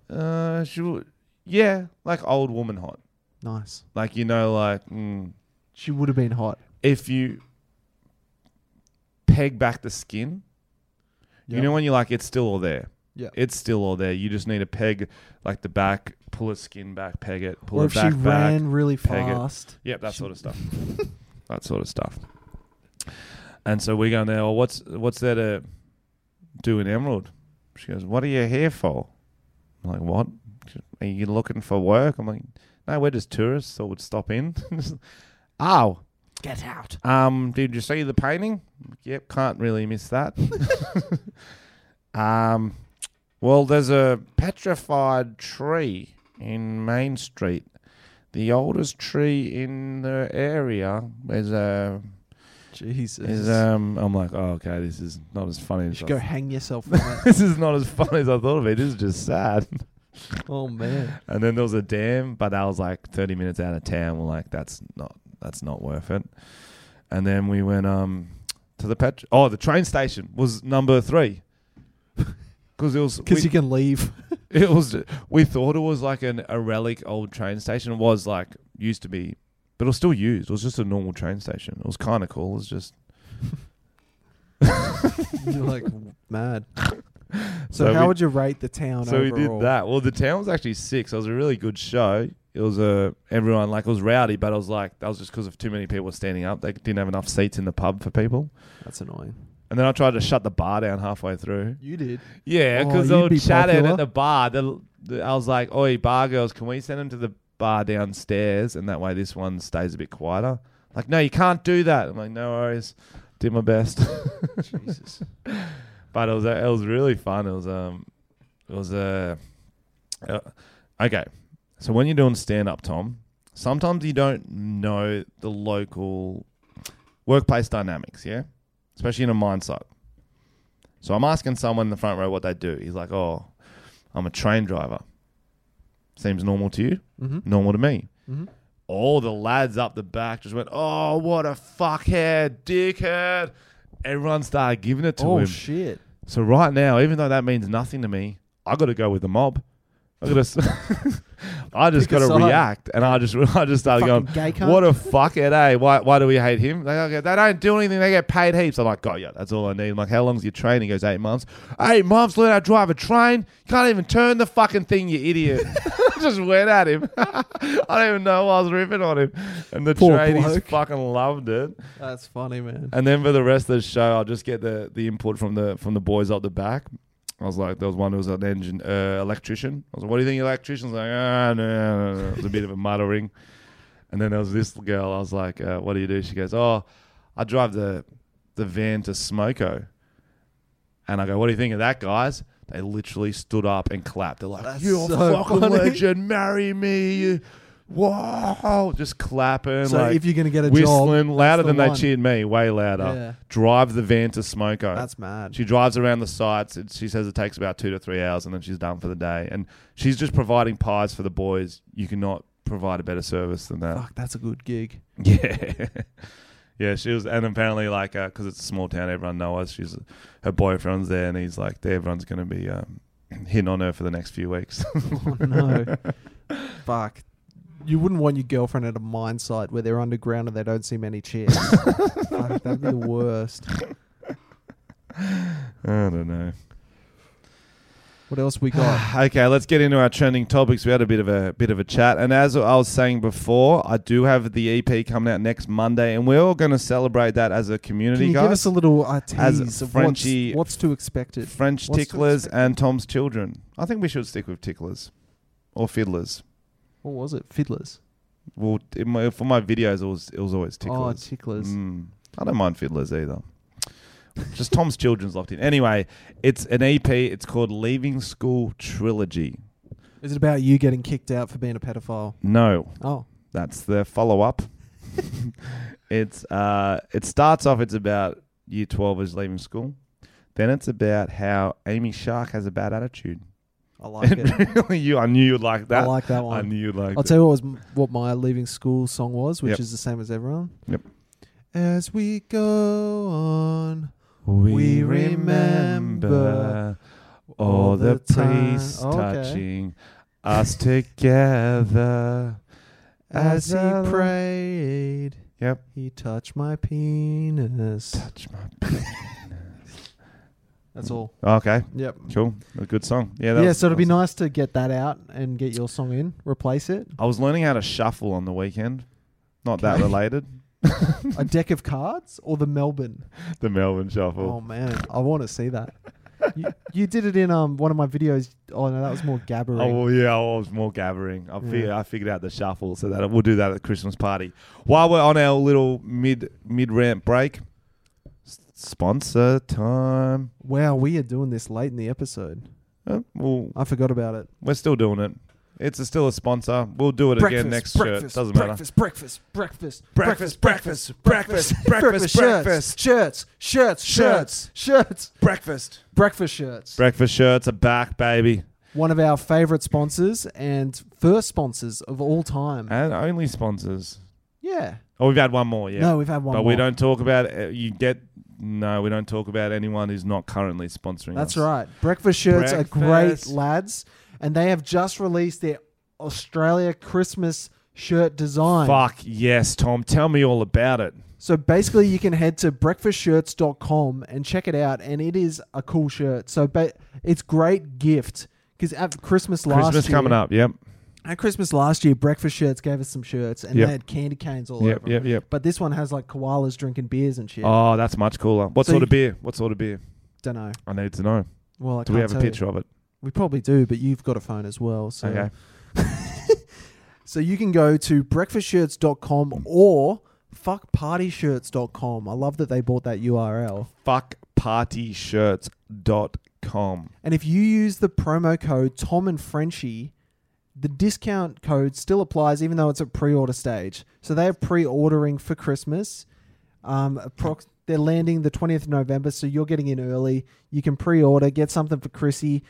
Speaker 1: uh, she, wa- yeah, like old woman hot.
Speaker 2: Nice.
Speaker 1: Like you know, like mm,
Speaker 2: She would have been hot.
Speaker 1: if you peg back the skin, you know when you're like, it's still all there.
Speaker 2: Yeah.
Speaker 1: It's still all there. You just need to peg like the back, pull a skin back, peg it, pull
Speaker 2: or
Speaker 1: it
Speaker 2: if she
Speaker 1: back, back.
Speaker 2: ran really
Speaker 1: peg it.
Speaker 2: fast.
Speaker 1: Yep, that sort of stuff. that sort of stuff. And so we go in there. Well, what's what's there to do in Emerald? She goes, "What are you here for?" I'm like, "What? She- Are you looking for work?" I'm like, "No, we're just tourists, so we'd stop in." oh,
Speaker 2: Get out.
Speaker 1: um, did you see the painting? Yep, can't really miss that. um, well, there's a petrified tree in Main Street. The oldest tree in the area is a
Speaker 2: Jesus.
Speaker 1: is um. I'm like, oh, okay, this is not as funny.
Speaker 2: you
Speaker 1: As
Speaker 2: should
Speaker 1: I
Speaker 2: go
Speaker 1: th-
Speaker 2: hang yourself. from it.
Speaker 1: this is not as funny as I thought of it. This is just sad.
Speaker 2: oh man.
Speaker 1: And then there was a dam, but that was like 30 minutes out of town. We're like, that's not that's not worth it. And then we went um to the pet. Oh, the train station was number three. Because it was,
Speaker 2: Because
Speaker 1: we,
Speaker 2: you can leave.
Speaker 1: it was, we thought it was like an a relic old train station. It was like used to be, but it was still used. It was just a normal train station. It was kind of cool. It was just
Speaker 2: You're like mad. So,
Speaker 1: So
Speaker 2: how
Speaker 1: we-
Speaker 2: would you rate the town
Speaker 1: so
Speaker 2: overall?
Speaker 1: we did that. Well, the town was actually six. It was a really good show. It was uh, everyone like it was rowdy, but it was like that was just because of too many people were standing up. They didn't have enough seats in the pub for people.
Speaker 2: That's annoying.
Speaker 1: And then I tried to shut the bar down halfway through.
Speaker 2: You did.
Speaker 1: Yeah,
Speaker 2: Oh,
Speaker 1: because
Speaker 2: you'd
Speaker 1: they
Speaker 2: be
Speaker 1: were chatting
Speaker 2: popular.
Speaker 1: at the bar. The, the, I was like, "Oi, bar girls, can we send them to the bar downstairs?" And that way, this one stays a bit quieter. Like, no, you can't do that. I'm like, no worries. Did my best.
Speaker 2: Jesus.
Speaker 1: but it was it was really fun. It was um, it was a uh, okay. So when you're doing stand up, Tom, sometimes you don't know the local workplace dynamics, yeah, especially in a mine site. So I'm asking someone in the front row what they do. He's like, "Oh, I'm a train driver." Seems normal to you?
Speaker 2: Mm-hmm.
Speaker 1: Normal to me.
Speaker 2: Mhm.
Speaker 1: All the lads up the back just went, "Oh, what a fuckhead, dickhead!" Everyone started giving it to
Speaker 2: Oh
Speaker 1: him.
Speaker 2: shit.
Speaker 1: So right now, even though that means nothing to me, I got to go with the mob. I got to. I just
Speaker 2: Pick
Speaker 1: got to
Speaker 2: a side.
Speaker 1: react, and I just I just started going.
Speaker 2: Fucking gay cunt.
Speaker 1: What a fuckhead, eh? Why, why do we hate him? They, go, they don't do anything. They get paid heaps. I'm like, God, yeah, that's all I need. I'm like, how long's your training? He goes, eight months. Eight months, learn how to drive a train. Can't even turn the fucking thing, you idiot. Just went at him. I don't even know why I was ripping on him. And the
Speaker 2: Poor
Speaker 1: tradies
Speaker 2: bloke.
Speaker 1: fucking loved it.
Speaker 2: That's funny, man.
Speaker 1: And then for the rest of the show, I'll just get the, the input from the from the boys up the back. I was like, there was one who was an engine uh, electrician. I was like, what do you think electrician's like? Ah, no, no, no, no. It was a bit of a muttering. And then there was this girl. I was like, uh, what do you do? She goes, oh, I drive the the van to Smoko. And I go, what do you think of that, guys? They literally stood up and clapped. They're like,
Speaker 2: That's
Speaker 1: you're
Speaker 2: so
Speaker 1: a fucking
Speaker 2: funny.
Speaker 1: legend. Marry me. Wow. Just clapping.
Speaker 2: So
Speaker 1: like,
Speaker 2: if you're gonna get a
Speaker 1: whistling
Speaker 2: job,
Speaker 1: louder
Speaker 2: that's the
Speaker 1: than they
Speaker 2: one.
Speaker 1: cheered me, way louder.
Speaker 2: Yeah.
Speaker 1: Drive the van to Smoko.
Speaker 2: That's mad.
Speaker 1: she drives around the sites. And she says it takes about two to three hours, and then she's done for the day. And she's just providing pies for the boys. You cannot provide a better service than that.
Speaker 2: Fuck, that's a good gig.
Speaker 1: Yeah, yeah. She was, and apparently, like, because it's a small town, everyone knows us. She's her boyfriend's there, and he's like, everyone's going to be um, hitting on her for the next few weeks.
Speaker 2: Oh no. Fuck. You wouldn't want your girlfriend at a mine site where they're underground and they don't see many chairs. Fuck, that'd be the worst.
Speaker 1: I don't know.
Speaker 2: What else we got?
Speaker 1: okay, let's get into our trending topics. We had a bit of a bit of a chat, and as I was saying before, I do have the EP coming out next Monday, and we're all going to celebrate that as a community,
Speaker 2: Can you
Speaker 1: guys.
Speaker 2: give us a little uh,
Speaker 1: As
Speaker 2: tease of what's,
Speaker 1: Frenchie-
Speaker 2: what's to expect? It.
Speaker 1: French
Speaker 2: What's to
Speaker 1: ticklers
Speaker 2: expect?
Speaker 1: and Tom's children. I think we should stick with ticklers or fiddlers.
Speaker 2: What was it? Fiddlers.
Speaker 1: Well, in my, for my videos, it was it was always ticklers.
Speaker 2: Oh, ticklers.
Speaker 1: Mm. I don't mind fiddlers either. Just Tom's children's locked in. Anyway, it's an EP. It's called Leaving School Trilogy.
Speaker 2: Is it about you getting kicked out for being a pedophile?
Speaker 1: No,
Speaker 2: Oh,
Speaker 1: That's their follow up. it's uh, it starts off. It's about year twelve is leaving school. Then it's about how Amy Shark has a bad attitude.
Speaker 2: I like it.
Speaker 1: really, you, I knew you'd like that.
Speaker 2: I like that one.
Speaker 1: I knew you'd like.
Speaker 2: I'll
Speaker 1: that.
Speaker 2: tell you what was m- what my leaving school song was, which
Speaker 1: Yep.
Speaker 2: is the same as everyone.
Speaker 1: Yep.
Speaker 2: As we go on, We remember all the
Speaker 1: priests
Speaker 2: time- Oh, Okay.
Speaker 1: touching us together.
Speaker 2: as
Speaker 1: I-
Speaker 2: he prayed,
Speaker 1: Yep.
Speaker 2: he touched my penis.
Speaker 1: Touch my penis.
Speaker 2: That's all.
Speaker 1: Okay,
Speaker 2: Yep.
Speaker 1: cool. A good song. Yeah, that
Speaker 2: Yeah,
Speaker 1: was-
Speaker 2: so it'd be
Speaker 1: that was-
Speaker 2: nice to get that out and get your song in, replace it.
Speaker 1: I was learning how to shuffle on the weekend. Not that
Speaker 2: Okay.
Speaker 1: related.
Speaker 2: A deck of cards or the Melbourne.
Speaker 1: The Melbourne
Speaker 2: Oh
Speaker 1: shuffle.
Speaker 2: man, I want to see that. You, you did it in um one of my videos. Oh no, that was more
Speaker 1: Oh,
Speaker 2: gabbering.
Speaker 1: well, yeah, I was more gathering. I, fig-
Speaker 2: Yeah.
Speaker 1: I figured out the shuffle, so that we'll do that at the Christmas party. While we're on our little mid mid ramp break, s- sponsor time.
Speaker 2: Wow, we are doing this late in the episode.
Speaker 1: Uh, well,
Speaker 2: I forgot about it.
Speaker 1: we're still doing it. It's a, still a sponsor. We'll do it again next shirt. Doesn't matter.
Speaker 2: breakfast, breakfast, breakfast,
Speaker 1: Breakfast, breakfast, breakfast, breakfast, breakfast.
Speaker 2: shirts, shirts, shirts, shirts,
Speaker 1: Breakfast.
Speaker 2: breakfast shirts.
Speaker 1: Breakfast shirts are back, baby.
Speaker 2: One of our favorite sponsors and first sponsors of all time.
Speaker 1: And only sponsors.
Speaker 2: yeah.
Speaker 1: Oh, we've had one more, yeah.
Speaker 2: No, we've had one.
Speaker 1: but we
Speaker 2: more.
Speaker 1: don't talk about uh, you get no we don't talk about anyone who's not currently sponsoring us.
Speaker 2: That's right. Breakfast shirts are great,
Speaker 1: Breakfast.
Speaker 2: lads, and they have just released their Australia Christmas shirt design.
Speaker 1: fuck yes tom tell me all about it
Speaker 2: So basically, you can head to breakfastshirts.com and check it out, and it is a cool shirt. So ba- it's great gift because at Christmas last
Speaker 1: christmas
Speaker 2: year,
Speaker 1: coming up yep
Speaker 2: At Christmas last year, Breakfast Shirts gave us some shirts, and
Speaker 1: Yep.
Speaker 2: they had candy canes all
Speaker 1: yep
Speaker 2: over. 'em.
Speaker 1: yep yep
Speaker 2: But this one has like koalas drinking beers and shit.
Speaker 1: oh that's much cooler what
Speaker 2: So
Speaker 1: sort
Speaker 2: you-
Speaker 1: of beer what sort of beer
Speaker 2: Don't know.
Speaker 1: i need to know
Speaker 2: Well, I
Speaker 1: do we
Speaker 2: can't
Speaker 1: have a
Speaker 2: tell you.
Speaker 1: picture of it
Speaker 2: We probably do, but you've got a phone as well. So
Speaker 1: okay
Speaker 2: So you can go to breakfastshirts.com or fuckpartyshirts.com. I love that they bought that URL.
Speaker 1: fuckpartyshirts.com
Speaker 2: And if you use the promo code Tom and Frenchie, the discount code still applies even though it's at pre-order stage. So they are pre-ordering for Christmas. Um, approx- they're landing the 20th of November, so you're getting in early. You can pre-order, get something for Chrissy.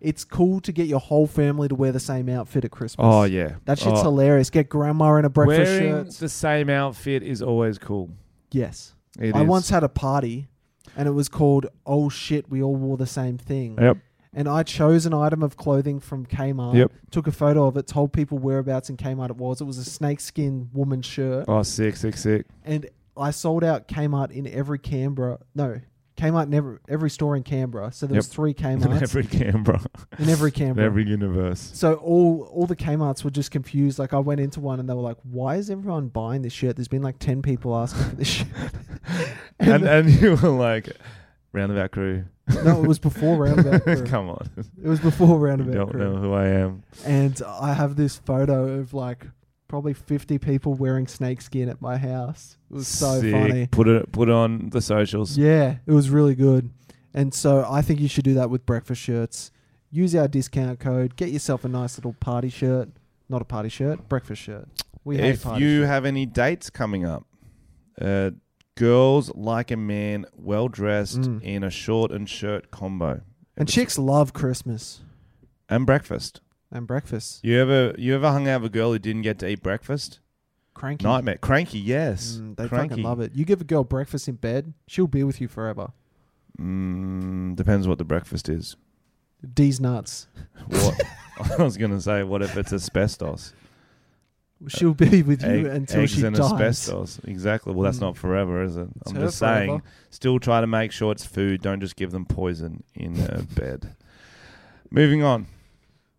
Speaker 2: It's cool to get your whole family to wear the same outfit at Christmas.
Speaker 1: oh yeah
Speaker 2: That shit's
Speaker 1: oh.
Speaker 2: hilarious. Get grandma in a breakfast
Speaker 1: wearing
Speaker 2: shirt.
Speaker 1: the same outfit is always cool
Speaker 2: Yes.
Speaker 1: It
Speaker 2: I
Speaker 1: is.
Speaker 2: once had a party and it was called Oh Shit, We All Wore the Same Thing.
Speaker 1: yep
Speaker 2: And I chose an item of clothing from Kmart,
Speaker 1: Yep.
Speaker 2: took a photo of it, told people whereabouts in Kmart it was. It was a snakeskin woman shirt.
Speaker 1: oh sick sick sick
Speaker 2: And I sold out Kmart in every Canberra. No, Kmart in every, every store in Canberra. So there was
Speaker 1: Yep.
Speaker 2: three
Speaker 1: in
Speaker 2: Kmarts
Speaker 1: every canberra
Speaker 2: in every
Speaker 1: in
Speaker 2: Canberra.
Speaker 1: every universe
Speaker 2: So all all the Kmart's were just confused. Like I went into one and they were like, "Why is everyone buying this shirt?" There's been like ten people asking for this shirt.
Speaker 1: and and you were like roundabout crew
Speaker 2: no, it was before Roundabout. Crew.
Speaker 1: Come on.
Speaker 2: It was before
Speaker 1: You
Speaker 2: Roundabout
Speaker 1: don't
Speaker 2: Crew.
Speaker 1: know who I am.
Speaker 2: And I have this photo of like probably 50 people wearing snakeskin at my house. It was so
Speaker 1: Sick.
Speaker 2: funny.
Speaker 1: Put it put it on the socials.
Speaker 2: Yeah, it was really good. And so I think you should do that with breakfast shirts. Use our discount code, get yourself a nice little party shirt. Not a party shirt, breakfast shirt. We hate
Speaker 1: if
Speaker 2: party
Speaker 1: you
Speaker 2: shirts.
Speaker 1: have any dates coming up, uh, girls like a man, well dressed
Speaker 2: Mm.
Speaker 1: in a short and shirt combo
Speaker 2: and chicks love Christmas
Speaker 1: and breakfast.
Speaker 2: and breakfast.
Speaker 1: You ever you ever hung out with a girl who didn't get to eat breakfast?
Speaker 2: Cranky.
Speaker 1: Nightmare, cranky, yes,
Speaker 2: Mm, they
Speaker 1: cranky.
Speaker 2: fucking love it. You give a girl breakfast in bed, she'll be with you forever.
Speaker 1: Mm, depends what the breakfast is.
Speaker 2: D's nuts.
Speaker 1: What I was gonna say, what if it's asbestos?
Speaker 2: She'll be with you
Speaker 1: Egg-
Speaker 2: until
Speaker 1: eggs
Speaker 2: she
Speaker 1: and
Speaker 2: dies.
Speaker 1: asbestos. Exactly. Well, that's
Speaker 2: Mm.
Speaker 1: not forever, is it?
Speaker 2: It's
Speaker 1: I'm
Speaker 2: her
Speaker 1: just saying.
Speaker 2: forever.
Speaker 1: Still try to make sure it's food. Don't just give them poison in uh, bed. Moving on.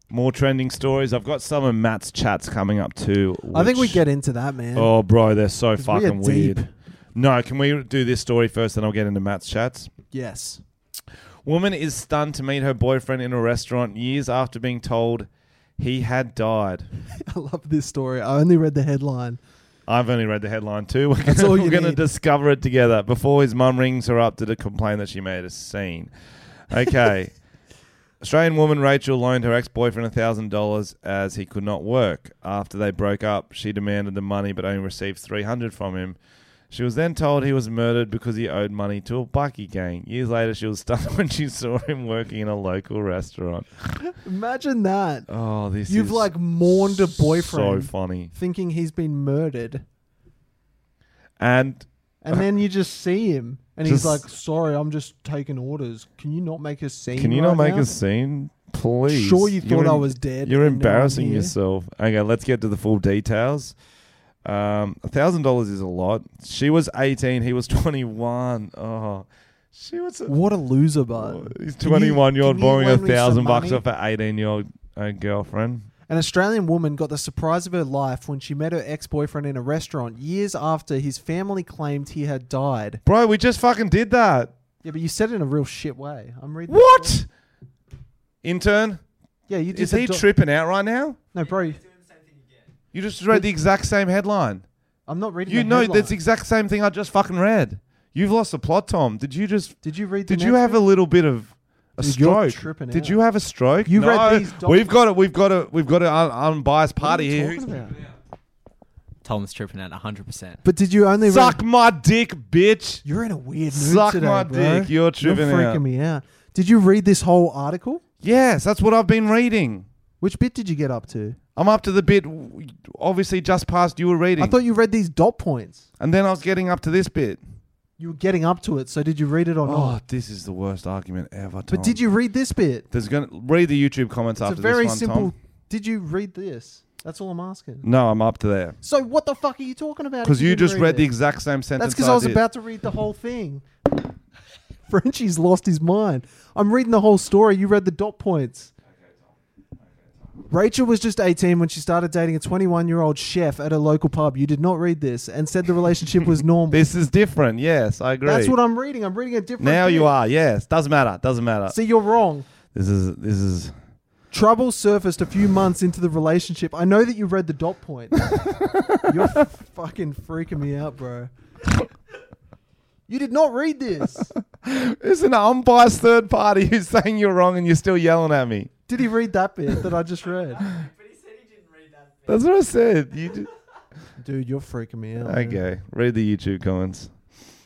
Speaker 1: More trending stories. I've got some of Matt's chats coming up too.
Speaker 2: I think we
Speaker 1: which-
Speaker 2: get into that, man.
Speaker 1: Oh, bro, they're so
Speaker 2: 'Cause we are
Speaker 1: fucking
Speaker 2: deep.
Speaker 1: weird. No, can we do this story first, then I'll get into Matt's chats?
Speaker 2: Yes.
Speaker 1: Woman is stunned to meet her boyfriend in a restaurant years after being told he had died.
Speaker 2: I love this story. I only read the headline.
Speaker 1: I've only read the headline too. We're
Speaker 2: That's
Speaker 1: gonna,
Speaker 2: all you
Speaker 1: we're gonna
Speaker 2: need.
Speaker 1: discover it together before his mum rings her up to complain that she made a scene. Okay. Australian woman Rachel loaned her ex boyfriend thousand dollars as he could not work. After they broke up, she demanded the money but only received three hundred from him. She was then told he was murdered because he owed money to a bucky gang. Years later, she was stunned when she saw him working in a local restaurant.
Speaker 2: Imagine that.
Speaker 1: Oh, this
Speaker 2: You've
Speaker 1: is
Speaker 2: like mourned a
Speaker 1: so
Speaker 2: boyfriend
Speaker 1: funny.
Speaker 2: thinking he's been murdered.
Speaker 1: And
Speaker 2: And then you just see him and he's
Speaker 1: Uh, Just-
Speaker 2: like, sorry, I'm just taking orders. Can you not make a scene?
Speaker 1: Can you
Speaker 2: right
Speaker 1: not make
Speaker 2: now?
Speaker 1: a scene, please?
Speaker 2: Sure, you thought
Speaker 1: You're
Speaker 2: I
Speaker 1: em-
Speaker 2: was dead.
Speaker 1: You're
Speaker 2: and now I'm
Speaker 1: embarrassing
Speaker 2: here.
Speaker 1: yourself. Okay, let's get to the full details. Um, thousand dollars is a lot. She was eighteen. He was twenty-one. Oh, She was. A,
Speaker 2: What a loser, bud.
Speaker 1: He's
Speaker 2: Can you-
Speaker 1: 21 year old
Speaker 2: can you
Speaker 1: borrowing a
Speaker 2: lend me some
Speaker 1: thousand bucks
Speaker 2: money?
Speaker 1: off her 18 year old uh, girlfriend.
Speaker 2: An Australian woman got the surprise of her life when she met her ex boyfriend in a restaurant years after his family claimed he had died.
Speaker 1: Bro, we just fucking did that.
Speaker 2: Yeah, but you said it in a real shit way. I'm reading. the story.
Speaker 1: What? Intern,
Speaker 2: Yeah, you did.
Speaker 1: is
Speaker 2: the
Speaker 1: he
Speaker 2: do-
Speaker 1: tripping out right now?
Speaker 2: No, bro.
Speaker 1: You just read the exact same headline.
Speaker 2: I'm not reading.
Speaker 1: You
Speaker 2: the
Speaker 1: know
Speaker 2: headline.
Speaker 1: that's the exact same thing I just fucking read. You've lost the plot, Tom. Did you just?
Speaker 2: Did you read? The
Speaker 1: Did you have a little bit of a
Speaker 2: Dude, you're
Speaker 1: stroke?
Speaker 2: tripping
Speaker 1: Did
Speaker 2: out.
Speaker 1: you have a stroke?
Speaker 2: You
Speaker 1: no,
Speaker 2: read these doc-
Speaker 1: We've got it. We've got it. We've got an un- unbiased party here. Who's-
Speaker 7: Tom's tripping at 100%.
Speaker 2: But did you only
Speaker 1: Suck
Speaker 2: Read-
Speaker 1: my dick, bitch.
Speaker 2: You're in a weird mood
Speaker 1: Suck
Speaker 2: today,
Speaker 1: my
Speaker 2: bro.
Speaker 1: dick. You're tripping
Speaker 2: freaking
Speaker 1: out.
Speaker 2: me out. Did you read this whole article?
Speaker 1: Yes, that's what I've been reading.
Speaker 2: Which bit did you get up to?
Speaker 1: I'm up to the bit, w- obviously just past you were reading,
Speaker 2: I thought you read these dot points.
Speaker 1: and then I was getting up to this bit.
Speaker 2: You were getting up to it, so did you read it or
Speaker 1: Oh,
Speaker 2: not?
Speaker 1: this is the worst argument ever. Tom.
Speaker 2: But did you read this bit?
Speaker 1: There's gonna read the YouTube comments
Speaker 2: It's a
Speaker 1: after
Speaker 2: very
Speaker 1: this one,
Speaker 2: simple.
Speaker 1: Tom.
Speaker 2: Did you read this? That's all I'm asking.
Speaker 1: No, I'm up to there.
Speaker 2: So what the fuck are you talking about? if
Speaker 1: Because you
Speaker 2: didn't
Speaker 1: just read the
Speaker 2: it?
Speaker 1: exact same sentence.
Speaker 2: That's because I was
Speaker 1: did.
Speaker 2: about to read the whole thing. Frenchie's lost his mind. I'm reading the whole story. You read the dot points. Rachel was just 18 when she started dating a 21 year old chef at a local pub. You did not read this and said the relationship was normal.
Speaker 1: This is different. Yes, I agree.
Speaker 2: That's what I'm reading. I'm reading a different.
Speaker 1: Now you
Speaker 2: thing.
Speaker 1: are. Yes, doesn't matter. Doesn't matter.
Speaker 2: See, you're wrong.
Speaker 1: this is this is.
Speaker 2: Trouble surfaced a few months into the relationship. I know that you read the dot point. You're f- fucking freaking me out, bro. You did not read this.
Speaker 1: It's an unbiased third party who's saying you're wrong and you're still yelling at me.
Speaker 2: Did he read that bit that I just read?
Speaker 1: That's what I said. You ju-
Speaker 2: Dude, you're freaking me out. man.
Speaker 1: okay? Read the YouTube comments.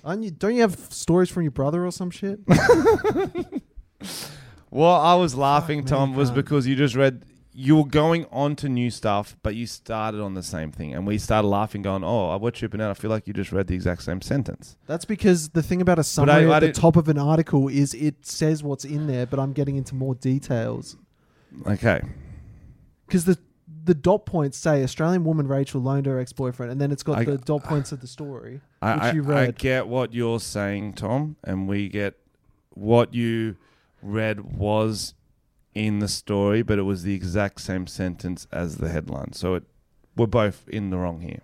Speaker 2: Aren't you, don't you have stories from your brother or some shit?
Speaker 1: Well, I was laughing,
Speaker 2: man,
Speaker 1: Tom, was
Speaker 2: cunt.
Speaker 1: because you just read. You were going on to new stuff, but you started on the same thing, and we started laughing, going, "Oh, we're tripping out." I feel like you just read the exact same sentence.
Speaker 2: That's because the thing about a summary
Speaker 1: I
Speaker 2: at the
Speaker 1: didn't-
Speaker 2: top of an article is it says what's in there, but I'm getting into more details.
Speaker 1: Okay,
Speaker 2: Because the the dot points say Australian woman Rachel loaned her ex boyfriend, and then it's got
Speaker 1: I-
Speaker 2: the dot points of the story
Speaker 1: I,
Speaker 2: which
Speaker 1: I,
Speaker 2: you
Speaker 1: I
Speaker 2: read.
Speaker 1: get what you're saying, Tom, and we get what you read was in the story, but it was the exact same sentence as the headline. So it we're both in the wrong here.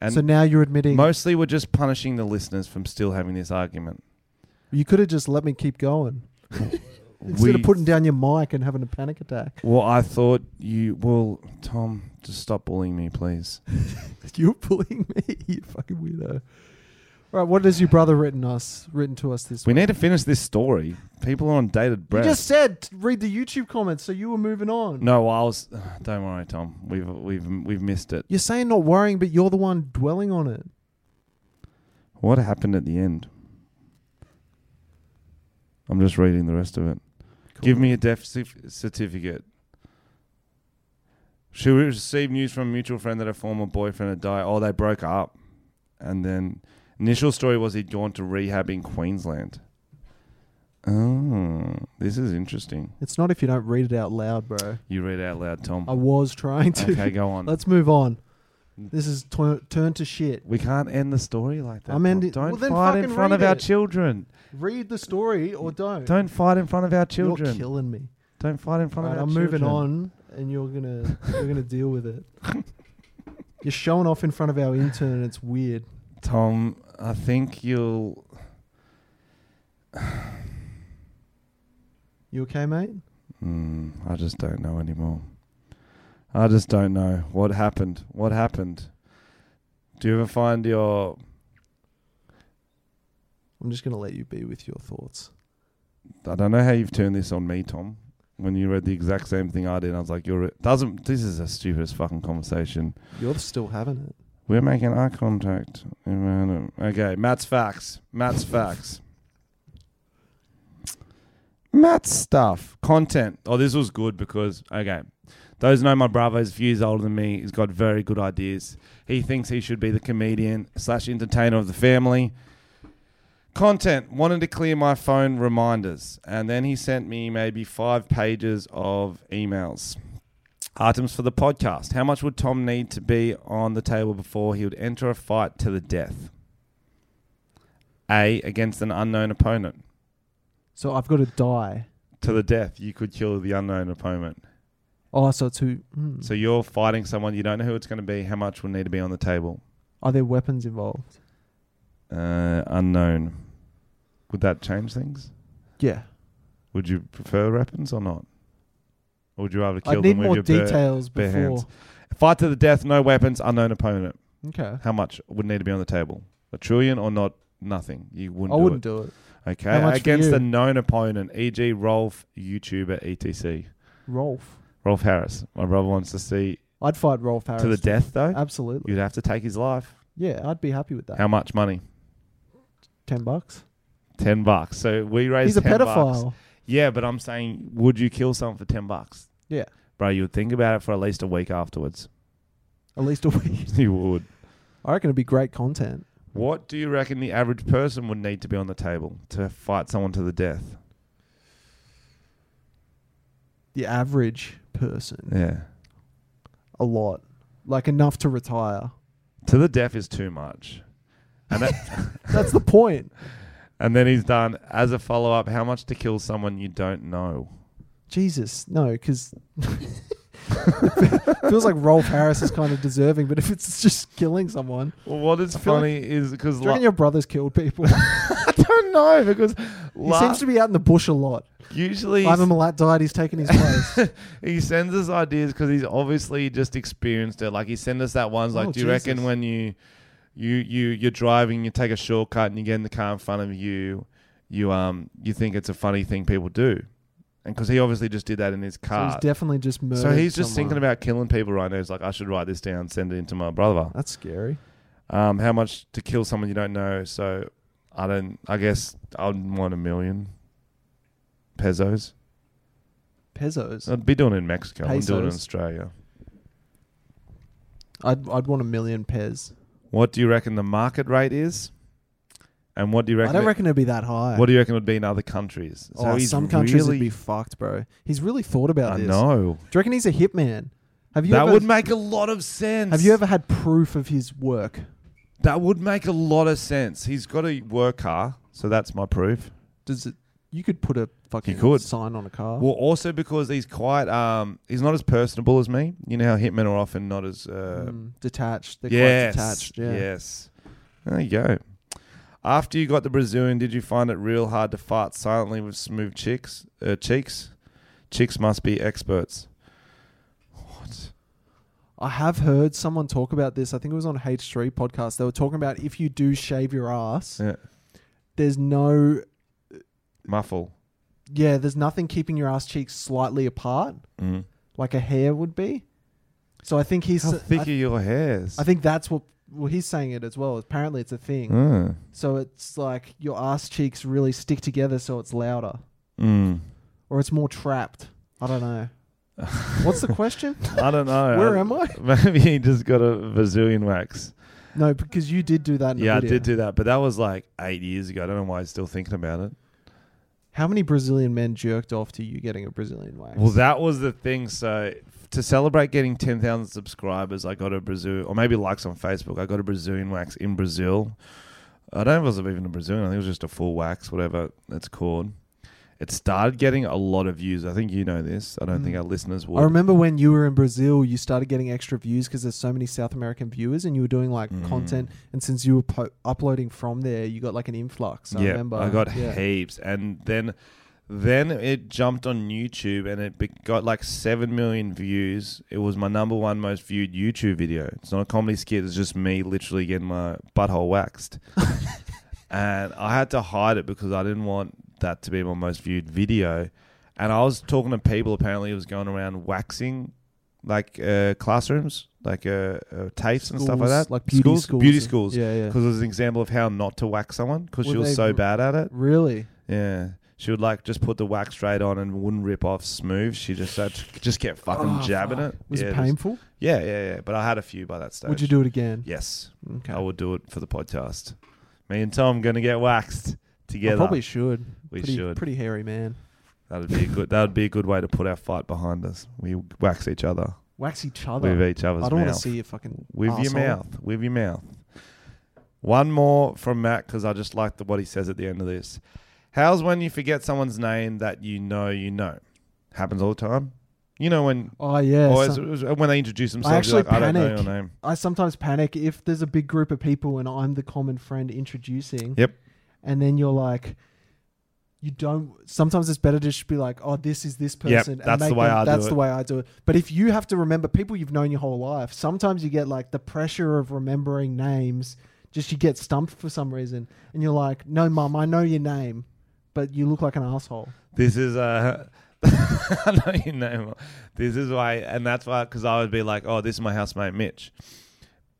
Speaker 1: And
Speaker 2: so now you're admitting
Speaker 1: mostly we're just punishing the listeners from still having this argument.
Speaker 2: you could have just let me keep going instead
Speaker 1: We-
Speaker 2: of putting down your mic and having a panic attack.
Speaker 1: well, I thought you well, Tom, just stop bullying me, please.
Speaker 2: You're bullying me, you fucking weirdo. Right, what has your brother written us? Written to us this
Speaker 1: We
Speaker 2: week?
Speaker 1: need to finish this story. People are on dated breath.
Speaker 2: You just said t- read the YouTube comments, so you were moving on.
Speaker 1: no, I was. Don't worry, Tom. We've we've we've missed it.
Speaker 2: You're saying not worrying, but you're the one dwelling on it.
Speaker 1: What happened at the end? I'm just reading the rest of it. Give me a death certif- certificate. She received news from a mutual friend that her former boyfriend had died. Oh, they broke up. And then initial story was he'd gone to rehab in Queensland. Oh, this is interesting.
Speaker 2: It's not if you don't read it out loud, bro.
Speaker 1: You read out loud,
Speaker 2: I
Speaker 1: Tom.
Speaker 2: was trying to.
Speaker 1: Okay, go on.
Speaker 2: Let's move on. This is tu- turn to shit.
Speaker 1: We can't end the story like that.
Speaker 2: I'm
Speaker 1: Tom.
Speaker 2: ending-
Speaker 1: Don't
Speaker 2: well, then
Speaker 1: fight in
Speaker 2: fucking
Speaker 1: front of
Speaker 2: read
Speaker 1: our
Speaker 2: it.
Speaker 1: children.
Speaker 2: Read the story or don't.
Speaker 1: Don't fight in front of our
Speaker 2: You're
Speaker 1: children.
Speaker 2: killing me.
Speaker 1: Don't fight in front
Speaker 2: Right,
Speaker 1: of our
Speaker 2: I'm
Speaker 1: children.
Speaker 2: moving on, and you're gonna you're gonna deal with it. You're showing off in front of our intern, and it's weird.
Speaker 1: Tom, I think you'll.
Speaker 2: You okay, mate?
Speaker 1: Mm, I just don't know anymore. I just don't know what happened. What happened? Do you ever find your?
Speaker 2: I'm just gonna let you be with your thoughts.
Speaker 1: I don't know how you've turned this on me, Tom. When you read the exact same thing I did, I was like, "You're doesn't. This is the stupidest fucking conversation."
Speaker 2: You're still having it.
Speaker 1: We're making eye contact. Okay, Matt's facts. Matt's facts. Matt's stuff. Content. Oh, this was good because, okay, those know my brother is a few years older than me. He's got very good ideas. He thinks he should be the comedian slash entertainer of the family. Content. Wanted to clear my phone reminders. And then he sent me maybe five pages of emails items for the podcast. How much would Tom need to be on the table before he would enter a fight to the death? A against an unknown opponent.
Speaker 2: So I've got to die.
Speaker 1: To the death, you could kill the unknown opponent.
Speaker 2: Oh, so it's who? Mm.
Speaker 1: So you're fighting someone you don't know who it's going to be. How much will need to be on the table?
Speaker 2: Are there weapons involved?
Speaker 1: Uh, unknown. Would that change things?
Speaker 2: Yeah.
Speaker 1: Would you prefer weapons or not? Or would you rather kill
Speaker 2: I need
Speaker 1: them
Speaker 2: more
Speaker 1: with your bare-
Speaker 2: details
Speaker 1: bare
Speaker 2: before.
Speaker 1: hands? Fight to the death, no weapons, unknown opponent.
Speaker 2: Okay.
Speaker 1: How much would need to be on the table? A trillion or not? Nothing. You
Speaker 2: I
Speaker 1: wouldn't. do
Speaker 2: wouldn't
Speaker 1: it.
Speaker 2: do it.
Speaker 1: Okay.
Speaker 2: How much for
Speaker 1: Against
Speaker 2: you?
Speaker 1: a known opponent, e.g., Rolf, YouTuber, etc.
Speaker 2: Rolf.
Speaker 1: Rolf Harris. My brother wants to see
Speaker 2: I'd fight Rolf Harris.
Speaker 1: to the death though.
Speaker 2: Absolutely.
Speaker 1: You'd have to take his life.
Speaker 2: Yeah, I'd be happy with that.
Speaker 1: How much money?
Speaker 2: Ten bucks.
Speaker 1: Ten bucks. So we raised.
Speaker 2: He's a
Speaker 1: 10
Speaker 2: pedophile.
Speaker 1: bucks. Yeah, but I'm saying, would you kill someone for ten bucks?
Speaker 2: Yeah.
Speaker 1: Bro, you would think about it for at least a week afterwards.
Speaker 2: At least a week.
Speaker 1: you would.
Speaker 2: I reckon it'd be great content.
Speaker 1: What do you reckon the average person would need to be on the table to fight someone to the death?
Speaker 2: The average person,
Speaker 1: Yeah.
Speaker 2: a lot, like enough to retire.
Speaker 1: To the death is too much. And that,
Speaker 2: That's the point.
Speaker 1: and then he's done as a follow up how much to kill someone you don't know.
Speaker 2: Jesus, no, because feels like Rolf Harris is kind of deserving, but if it's just killing someone,
Speaker 1: Well, what is
Speaker 2: feel like-
Speaker 1: funny is because
Speaker 2: do you reckon your brother's killed people?
Speaker 1: I don't know because
Speaker 2: he seems to be out in the bush a lot.
Speaker 1: usually
Speaker 2: Ivan Milat died. He's taken his place.
Speaker 1: he sends us ideas because he's obviously just experienced it. Like he sent us that ones like,
Speaker 2: Oh,
Speaker 1: do you reckon
Speaker 2: Jesus.
Speaker 1: when you you you you're driving, you take a shortcut and you get in the car in front of you, you um you think it's a funny thing people do, and because he obviously just did that in his
Speaker 2: so he's
Speaker 1: car.
Speaker 2: definitely just murdered.
Speaker 1: So he's just
Speaker 2: someone.
Speaker 1: thinking about killing people right now. He's like, I should write this down, send it into my brother.
Speaker 2: That's scary.
Speaker 1: Um, how much to kill someone you don't know? So I don't. I guess I'd want a million pesos.
Speaker 2: Pesos.
Speaker 1: I'd be doing it in Mexico. I wouldn't do it in
Speaker 2: Pesos.
Speaker 1: Australia.
Speaker 2: I'd I'd want a million pez.
Speaker 1: What do you reckon the market rate is? And what do you reckon?
Speaker 2: I don't
Speaker 1: it-
Speaker 2: reckon it'd be that high.
Speaker 1: what do you reckon would be in other countries?
Speaker 2: oh,
Speaker 1: he's
Speaker 2: some countries
Speaker 1: really,
Speaker 2: would be fucked, bro. He's really thought about
Speaker 1: I
Speaker 2: this.
Speaker 1: know
Speaker 2: Do you reckon he's a hitman? Have you
Speaker 1: that
Speaker 2: ever,
Speaker 1: would make a lot of sense.
Speaker 2: have you ever had proof of his work?
Speaker 1: That would make a lot of sense. He's got a work car, so that's my proof.
Speaker 2: Does it? You could put a fucking
Speaker 1: could.
Speaker 2: sign on a car.
Speaker 1: Well, also because he's quite um, he's not as personable as me. You know how hitmen are often not as uh,
Speaker 2: Mm, detached. They're
Speaker 1: yes,
Speaker 2: quite detached. Yeah.
Speaker 1: yes. There you go. After you got the Brazilian, did you find it real hard to fart silently with smooth chicks? Uh, cheeks, chicks must be experts. What?
Speaker 2: I have heard someone talk about this. I think it was on H3 podcast. They were talking about if you do shave your ass,
Speaker 1: Yeah.
Speaker 2: there's no
Speaker 1: Muffle.
Speaker 2: yeah, there's nothing keeping your ass cheeks slightly apart
Speaker 1: Mm.
Speaker 2: like a hair would be. So I think he's
Speaker 1: How thick
Speaker 2: I,
Speaker 1: are your hairs?
Speaker 2: I think that's what well he's saying it as well. Apparently it's a thing.
Speaker 1: Mm.
Speaker 2: So it's like your ass cheeks really stick together so it's louder.
Speaker 1: Mm.
Speaker 2: Or it's more trapped. I don't know. What's the question?
Speaker 1: I don't know.
Speaker 2: Where am I?
Speaker 1: Maybe he just got a Brazilian wax.
Speaker 2: No, because you did do that in the
Speaker 1: Yeah, I
Speaker 2: video.
Speaker 1: did do that, but that was like eight years ago. I don't know why he's still thinking about it.
Speaker 2: How many Brazilian men jerked off to you getting a Brazilian wax?
Speaker 1: Well, that was the thing. So to celebrate getting ten thousand subscribers, I got a Brazil, or maybe likes on Facebook. I got a Brazilian wax in Brazil. I don't know if it was even a Brazilian. I think it was just a full wax, whatever it's called. It started getting a lot of views. I think you know this. I don't think our listeners would.
Speaker 2: I remember when you were in Brazil, you started getting extra views because there's so many South American viewers, and you were doing like
Speaker 1: Mm.
Speaker 2: content. And since you were po- uploading from there, you got like an influx. I
Speaker 1: yeah,
Speaker 2: remember.
Speaker 1: I got
Speaker 2: Yeah.
Speaker 1: heaps, and then then it jumped on YouTube, and it be- got like seven million views. It was my number one most viewed YouTube video. It's not a comedy skit; it's just me literally getting my butthole waxed, and I had to hide it because I didn't want that to be my most viewed video. And I was talking to people. Apparently, it was going around waxing, like uh, classrooms, like uh, uh, TAFEs and stuff like
Speaker 2: Schools,
Speaker 1: that,
Speaker 2: like beauty schools
Speaker 1: beauty
Speaker 2: and-
Speaker 1: schools.
Speaker 2: Yeah, yeah.
Speaker 1: Because it was an example of how not to wax someone because she
Speaker 2: Were
Speaker 1: was
Speaker 2: they
Speaker 1: so
Speaker 2: r-
Speaker 1: bad at it.
Speaker 2: Really?
Speaker 1: Yeah. She would like just put the wax straight on and wouldn't rip off smooth. She just had to just kept fucking
Speaker 2: Oh,
Speaker 1: jabbing
Speaker 2: fuck.
Speaker 1: it.
Speaker 2: Was
Speaker 1: yeah,
Speaker 2: it
Speaker 1: just-
Speaker 2: painful?
Speaker 1: yeah, yeah, yeah. But I had a few by that stage.
Speaker 2: Would you do it again?
Speaker 1: Yes.
Speaker 2: Okay.
Speaker 1: I would do it for the podcast. Me and Tom gonna get waxed
Speaker 2: I
Speaker 1: together.
Speaker 2: probably should.
Speaker 1: We
Speaker 2: pretty,
Speaker 1: should.
Speaker 2: Pretty hairy man.
Speaker 1: That'd be a good that would be a good way to put our fight behind us. We wax each other.
Speaker 2: Wax each other.
Speaker 1: With each other's
Speaker 2: I don't want
Speaker 1: mouth.
Speaker 2: to see your fucking.
Speaker 1: With your
Speaker 2: asshole.
Speaker 1: mouth. With your mouth. One more from Matt because I just like the, what he says at the end of this. How's when you forget someone's name that you know you know? Happens all the time. You know when
Speaker 2: Oh yeah.
Speaker 1: or
Speaker 2: so-
Speaker 1: is- is- when they introduce themselves, you're
Speaker 2: actually
Speaker 1: like, I don't know your
Speaker 2: panic.
Speaker 1: name.
Speaker 2: I sometimes panic if there's a big group of people and I'm the common friend introducing.
Speaker 1: Yep.
Speaker 2: And then you're like, you don't. Sometimes it's better to just be like, oh, this is this person. and
Speaker 1: that's the
Speaker 2: make
Speaker 1: way I do
Speaker 2: That's
Speaker 1: it.
Speaker 2: the way I do it. But if you have to remember people you've known your whole life, sometimes you get like the pressure of remembering names. Just you get stumped for some reason, and you're like, no, mum, I know your name, but you look like an asshole.
Speaker 1: This is uh I know your name. This is why, and that's why, because I would be like, "Oh, this is my housemate Mitch,"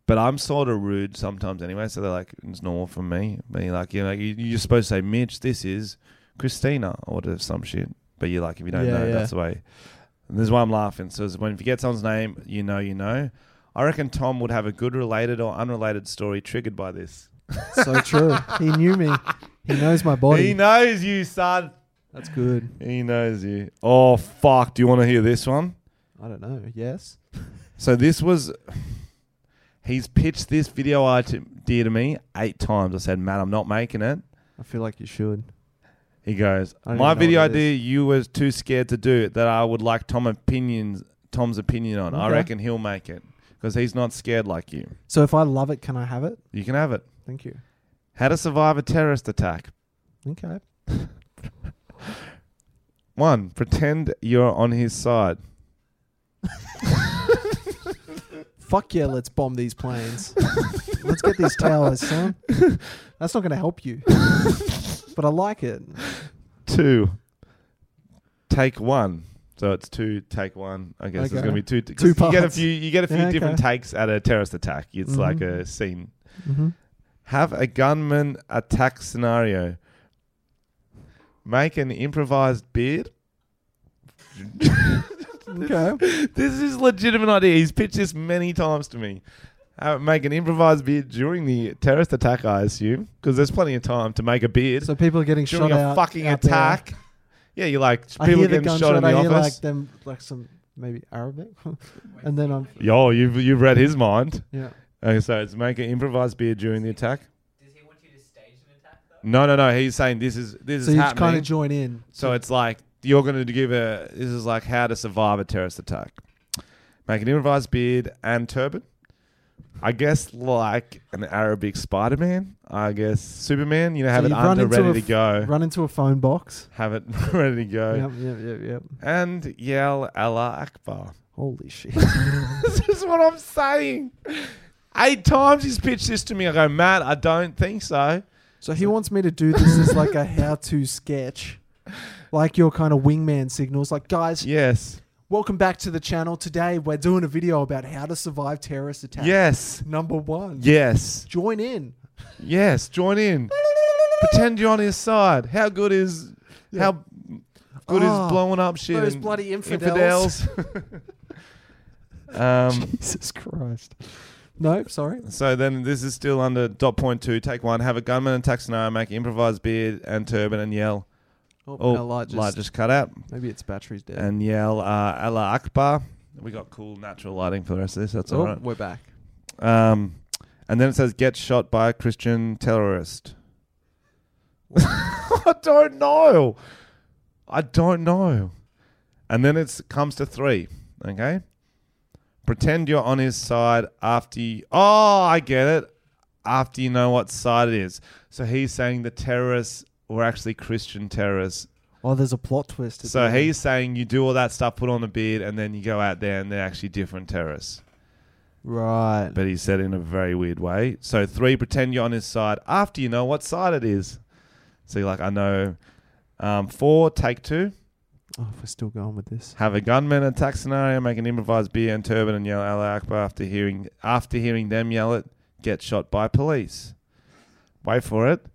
Speaker 1: but I'm sort of rude sometimes anyway. So they're like, "It's normal for me." But you're like, you know, you, you're supposed to say, "Mitch, this is Christina," or do some shit. But you're like, if you don't
Speaker 2: Yeah,
Speaker 1: know,
Speaker 2: yeah.
Speaker 1: that's the way. And this is why I'm laughing. So it's when if you get someone's name, you know, you know. I reckon Tom would have a good related or unrelated story triggered by this.
Speaker 2: So true. he knew me. He knows my
Speaker 1: He
Speaker 2: body.
Speaker 1: knows you, son.
Speaker 2: That's good.
Speaker 1: He knows you. Oh fuck! Do you want to hear this one?
Speaker 2: I don't know. Yes.
Speaker 1: So this was. He's pitched this video idea to me eight times. I said, Matt, I'm not making it.
Speaker 2: I feel like you should.
Speaker 1: He goes,
Speaker 2: I don't
Speaker 1: My
Speaker 2: even know what
Speaker 1: video
Speaker 2: it
Speaker 1: idea you was too scared to do it that I would like Tom opinions Tom's opinion on. I
Speaker 2: Okay.
Speaker 1: reckon he'll make it. Because he's not scared like you.
Speaker 2: So if I love it, can I have it?
Speaker 1: You can have it.
Speaker 2: Thank you.
Speaker 1: How to survive a terrorist attack.
Speaker 2: Okay.
Speaker 1: One, pretend you're on his side.
Speaker 2: Fuck yeah, let's bomb these planes. let's get these towers, son. That's not going to help you. but I like it.
Speaker 1: Two, take one. So it's two, take one. I guess it's
Speaker 2: Okay.
Speaker 1: going to be two. 'cause
Speaker 2: Two
Speaker 1: You get a
Speaker 2: parts.
Speaker 1: few. You get a few
Speaker 2: Yeah, okay.
Speaker 1: different takes at a terrorist attack. It's like
Speaker 2: Mhm.
Speaker 1: a scene.
Speaker 2: Mm-hmm.
Speaker 1: Have a gunman attack scenario. Make an improvised beard.
Speaker 2: Okay.
Speaker 1: This is a legitimate idea. He's pitched this many times to me. Uh, make an improvised beard during the terrorist attack, I assume, because there's plenty of time to make a beard
Speaker 2: So people are getting
Speaker 1: during
Speaker 2: shot
Speaker 1: a
Speaker 2: out.
Speaker 1: fucking
Speaker 2: out there.
Speaker 1: attack. Yeah, you're like
Speaker 2: I
Speaker 1: people
Speaker 2: hear the
Speaker 1: getting shot
Speaker 2: gunshot.
Speaker 1: in
Speaker 2: I
Speaker 1: the
Speaker 2: hear
Speaker 1: office.
Speaker 2: like them, like some maybe Arabic, and then I'm
Speaker 1: Yo, you've you've read his mind.
Speaker 2: yeah.
Speaker 1: Okay, so it's make an improvised beer during the attack.
Speaker 7: Does he want you to stage an attack though?
Speaker 1: No, no, no. He's saying this is this
Speaker 2: So
Speaker 1: is
Speaker 2: you just kind
Speaker 1: happening.
Speaker 2: of join in.
Speaker 1: so it's like you're going to give a. This is like how to survive a terrorist attack. Make an improvised beard and turban. I guess like an Arabic Spider Man. I guess Superman. You know, have
Speaker 2: So
Speaker 1: it
Speaker 2: you run
Speaker 1: under
Speaker 2: into
Speaker 1: ready
Speaker 2: a
Speaker 1: to
Speaker 2: f-
Speaker 1: go.
Speaker 2: Run into a phone box.
Speaker 1: have it ready to go
Speaker 2: Yep, yep, yep, yep.
Speaker 1: and yell Allah Akbar.
Speaker 2: Holy shit.
Speaker 1: this is what I'm saying. Eight times he's pitched this to me. I go, Matt, I don't think so.
Speaker 2: So he wants me to do this as like a how-to sketch, like your kind of wingman signals. Like, guys,
Speaker 1: Yes.
Speaker 2: welcome back to the channel. Today we're doing a video about how to survive terrorist attacks.
Speaker 1: Yes.
Speaker 2: Number one.
Speaker 1: Yes.
Speaker 2: Join in.
Speaker 1: Yes. Join in. Pretend you're on his side. How good is how good
Speaker 2: Ah,
Speaker 1: is blowing up shit?
Speaker 2: those
Speaker 1: and
Speaker 2: bloody infidels.
Speaker 1: infidels? um.
Speaker 2: Jesus Christ. No, sorry.
Speaker 1: So then this is still under dot point two. Take one. Have a gunman and taxonomy. Make improvised beard and turban and yell.
Speaker 2: Oh,
Speaker 1: Oh,
Speaker 2: no, light
Speaker 1: light
Speaker 2: just-
Speaker 1: just cut out.
Speaker 2: Maybe its battery's dead. Oh,
Speaker 1: and yell uh, Allah Akbar. We got cool natural lighting for the rest of this. That's
Speaker 2: oh,
Speaker 1: all right.
Speaker 2: we're back.
Speaker 1: Um, and then it says, "Get shot by a Christian terrorist." I don't know. I don't know. And then it comes to three. Okay, pretend you're on his side after. You, oh, I get it. After you know what side it is, so he's saying the terrorists were actually Christian terrorists
Speaker 2: Oh, there's a plot twist. at
Speaker 1: so
Speaker 2: the end.
Speaker 1: he's saying you do all that stuff, put on a beard, and then you go out there and they're actually different terrorists.
Speaker 2: right.
Speaker 1: But he said in a very weird way. So three, pretend you're on his side after you know what side it is. So you're like, I know. Um, four, take two.
Speaker 2: Oh, if we're still going with this.
Speaker 1: Have a gunman attack scenario, make an improvised beer and turban and yell Allah Akbar after hearing after hearing them yell it, get shot by police. Wait for it.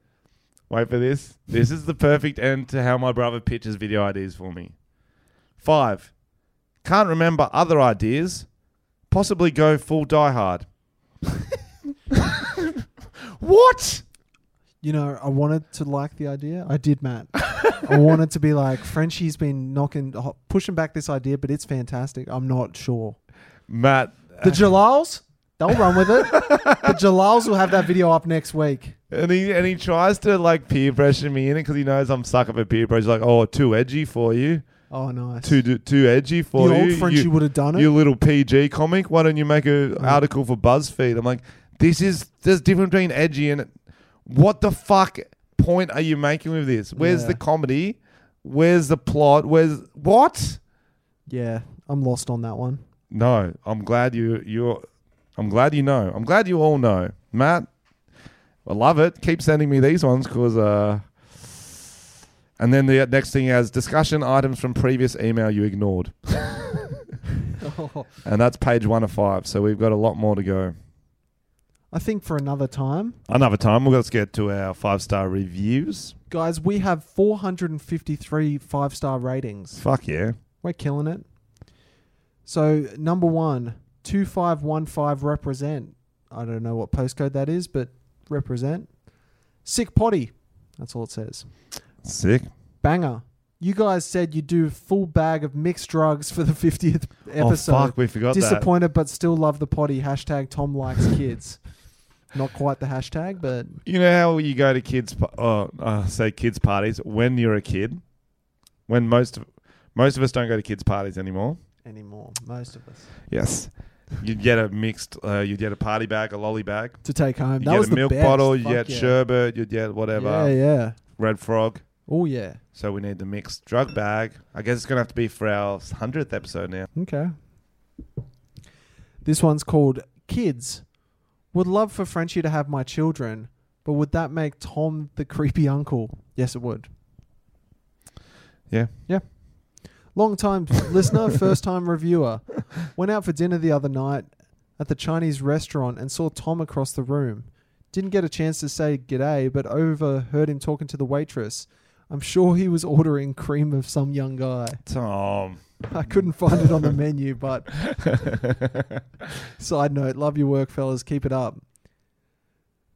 Speaker 1: Wait for this. This is the perfect end to how my brother pitches video ideas for me. Five. Can't remember other ideas. Possibly go full die hard. what?
Speaker 2: You know, I wanted to like the idea. I did, Matt. I wanted to be like Frenchie's been knocking, ho- pushing back this idea, but it's fantastic. I'm not sure.
Speaker 1: Matt
Speaker 2: The Jalals, They'll run with it. the Jalals will have that video up next week.
Speaker 1: And he and he tries to like peer pressure me in it because he knows I'm suck up at peer pressure. He's like, oh, too edgy for you,
Speaker 2: Oh, nice.
Speaker 1: too d- too edgy for
Speaker 2: the
Speaker 1: you.
Speaker 2: old French, you, Mm. would have done it.
Speaker 1: you little PG comic. Why don't you make an article for BuzzFeed? I'm like, this is there's difference between edgy and what the fuck point are you making with this? Where's
Speaker 2: Yeah.
Speaker 1: the comedy? Where's the plot? Where's what?
Speaker 2: yeah, I'm lost on that one.
Speaker 1: No, I'm glad you you. I'm glad you know. I'm glad you all know, Matt. I love it. Keep sending me these ones because. Uh, and then the next thing is discussion items from previous email you ignored, and that's page one of five. So we've got a lot more to go.
Speaker 2: I think for another time,
Speaker 1: Another time, we'll let's get to our five star reviews.
Speaker 2: guys, we have 453 five star ratings.
Speaker 1: Fuck yeah!
Speaker 2: We're killing it. So number one, two five one five represent. I don't know what postcode that is, but represent. Sick potty. That's all it says.
Speaker 1: Sick.
Speaker 2: Banger. You guys said you'd do full bag of mixed drugs for the fiftieth episode.
Speaker 1: Oh fuck, we forgot that.
Speaker 2: Disappointed but still love the potty. Hashtag Tom likes kids. Not quite the hashtag, but
Speaker 1: You know how you go to kids, pa- oh, uh, say kids parties when you're a kid, when most of, most of us don't go to kids parties anymore.
Speaker 2: anymore. Most of us.
Speaker 1: Yes, you'd get a mixed, uh, you'd get a party bag, a lolly bag,
Speaker 2: To take home.
Speaker 1: you
Speaker 2: that was
Speaker 1: get a
Speaker 2: the
Speaker 1: milk
Speaker 2: best.
Speaker 1: bottle, you
Speaker 2: Fuck
Speaker 1: get
Speaker 2: yeah.
Speaker 1: sherbet, you'd get whatever,
Speaker 2: Yeah, yeah.
Speaker 1: red frog.
Speaker 2: Oh yeah.
Speaker 1: So we need the mixed drug bag. I guess it's gonna have to be for our hundredth episode now.
Speaker 2: Okay. This one's called Kids. Would love for Frenchie to have my children, but would that make Tom the creepy uncle? Yes, it would.
Speaker 1: Yeah.
Speaker 2: Yeah. Long time listener, first time reviewer. Went out for dinner the other night at the Chinese restaurant and saw Tom across the room. Didn't get a chance to say g'day, but overheard him talking to the waitress. I'm sure he was ordering cream of some young guy.
Speaker 1: Tom,
Speaker 2: I couldn't find it on the menu, but side note, love your work, fellas. Keep it up.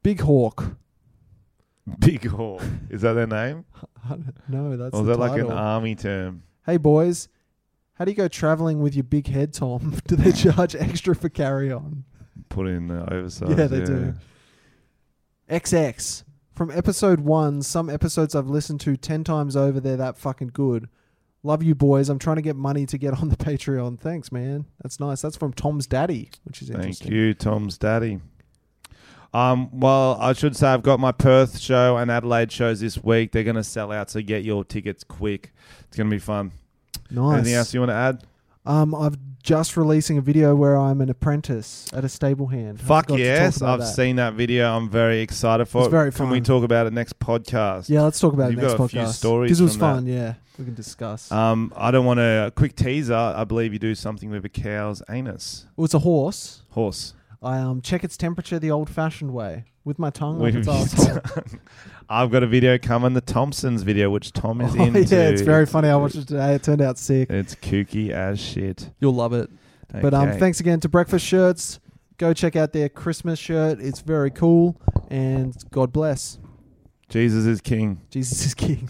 Speaker 2: Big Hawk.
Speaker 1: big whore. Is that their name?
Speaker 2: I don't know. That's
Speaker 1: or is
Speaker 2: the
Speaker 1: that like
Speaker 2: title.
Speaker 1: an army term?
Speaker 2: hey boys, how do you go traveling with your big head, Tom? do they charge extra for carry on?
Speaker 1: Put in the oversize.
Speaker 2: Yeah, they do. XX. From episode one, some episodes I've listened to 10 times over, they're that fucking good. Love you, boys. I'm trying to get money to get on the Patreon. Thanks, man. That's nice. That's from Tom's daddy, which is
Speaker 1: Thank
Speaker 2: interesting.
Speaker 1: you, Tom's daddy. Um, well, I should say I've got my Perth show and Adelaide shows this week. They're going to sell out, so get your tickets quick. It's going to be fun.
Speaker 2: Nice.
Speaker 1: Anything else you want to add?
Speaker 2: Um, I've just releasing a video where I'm an apprentice at a stable hand. I
Speaker 1: Fuck
Speaker 2: forgot to talk
Speaker 1: yes,
Speaker 2: about
Speaker 1: I've
Speaker 2: that.
Speaker 1: seen that video. I'm very excited for
Speaker 2: It's
Speaker 1: it.
Speaker 2: very
Speaker 1: Can we
Speaker 2: fun.
Speaker 1: talk about it next podcast?
Speaker 2: Yeah, let's talk about
Speaker 1: You've
Speaker 2: it next
Speaker 1: got a
Speaker 2: podcast.
Speaker 1: few stories
Speaker 2: because it was
Speaker 1: from that.
Speaker 2: fun. Yeah, we can discuss.
Speaker 1: Um, I don't want to. Quick teaser. I believe you do something with a cow's anus,
Speaker 2: well, it's a horse.
Speaker 1: horse.
Speaker 2: I um check its temperature the old-fashioned way with my tongue. Up
Speaker 1: We've
Speaker 2: its asshole.
Speaker 1: I've got a video coming, the Thompsons video, which Tom is
Speaker 2: Oh,
Speaker 1: into.
Speaker 2: yeah, it's very funny. I watched it today. It turned out sick.
Speaker 1: It's kooky as shit.
Speaker 2: You'll love it. But um,
Speaker 1: Okay.
Speaker 2: thanks again to Breakfast Shirts. Go check out their Christmas shirt. It's very cool. And God bless.
Speaker 1: Jesus is king.
Speaker 2: Jesus is King.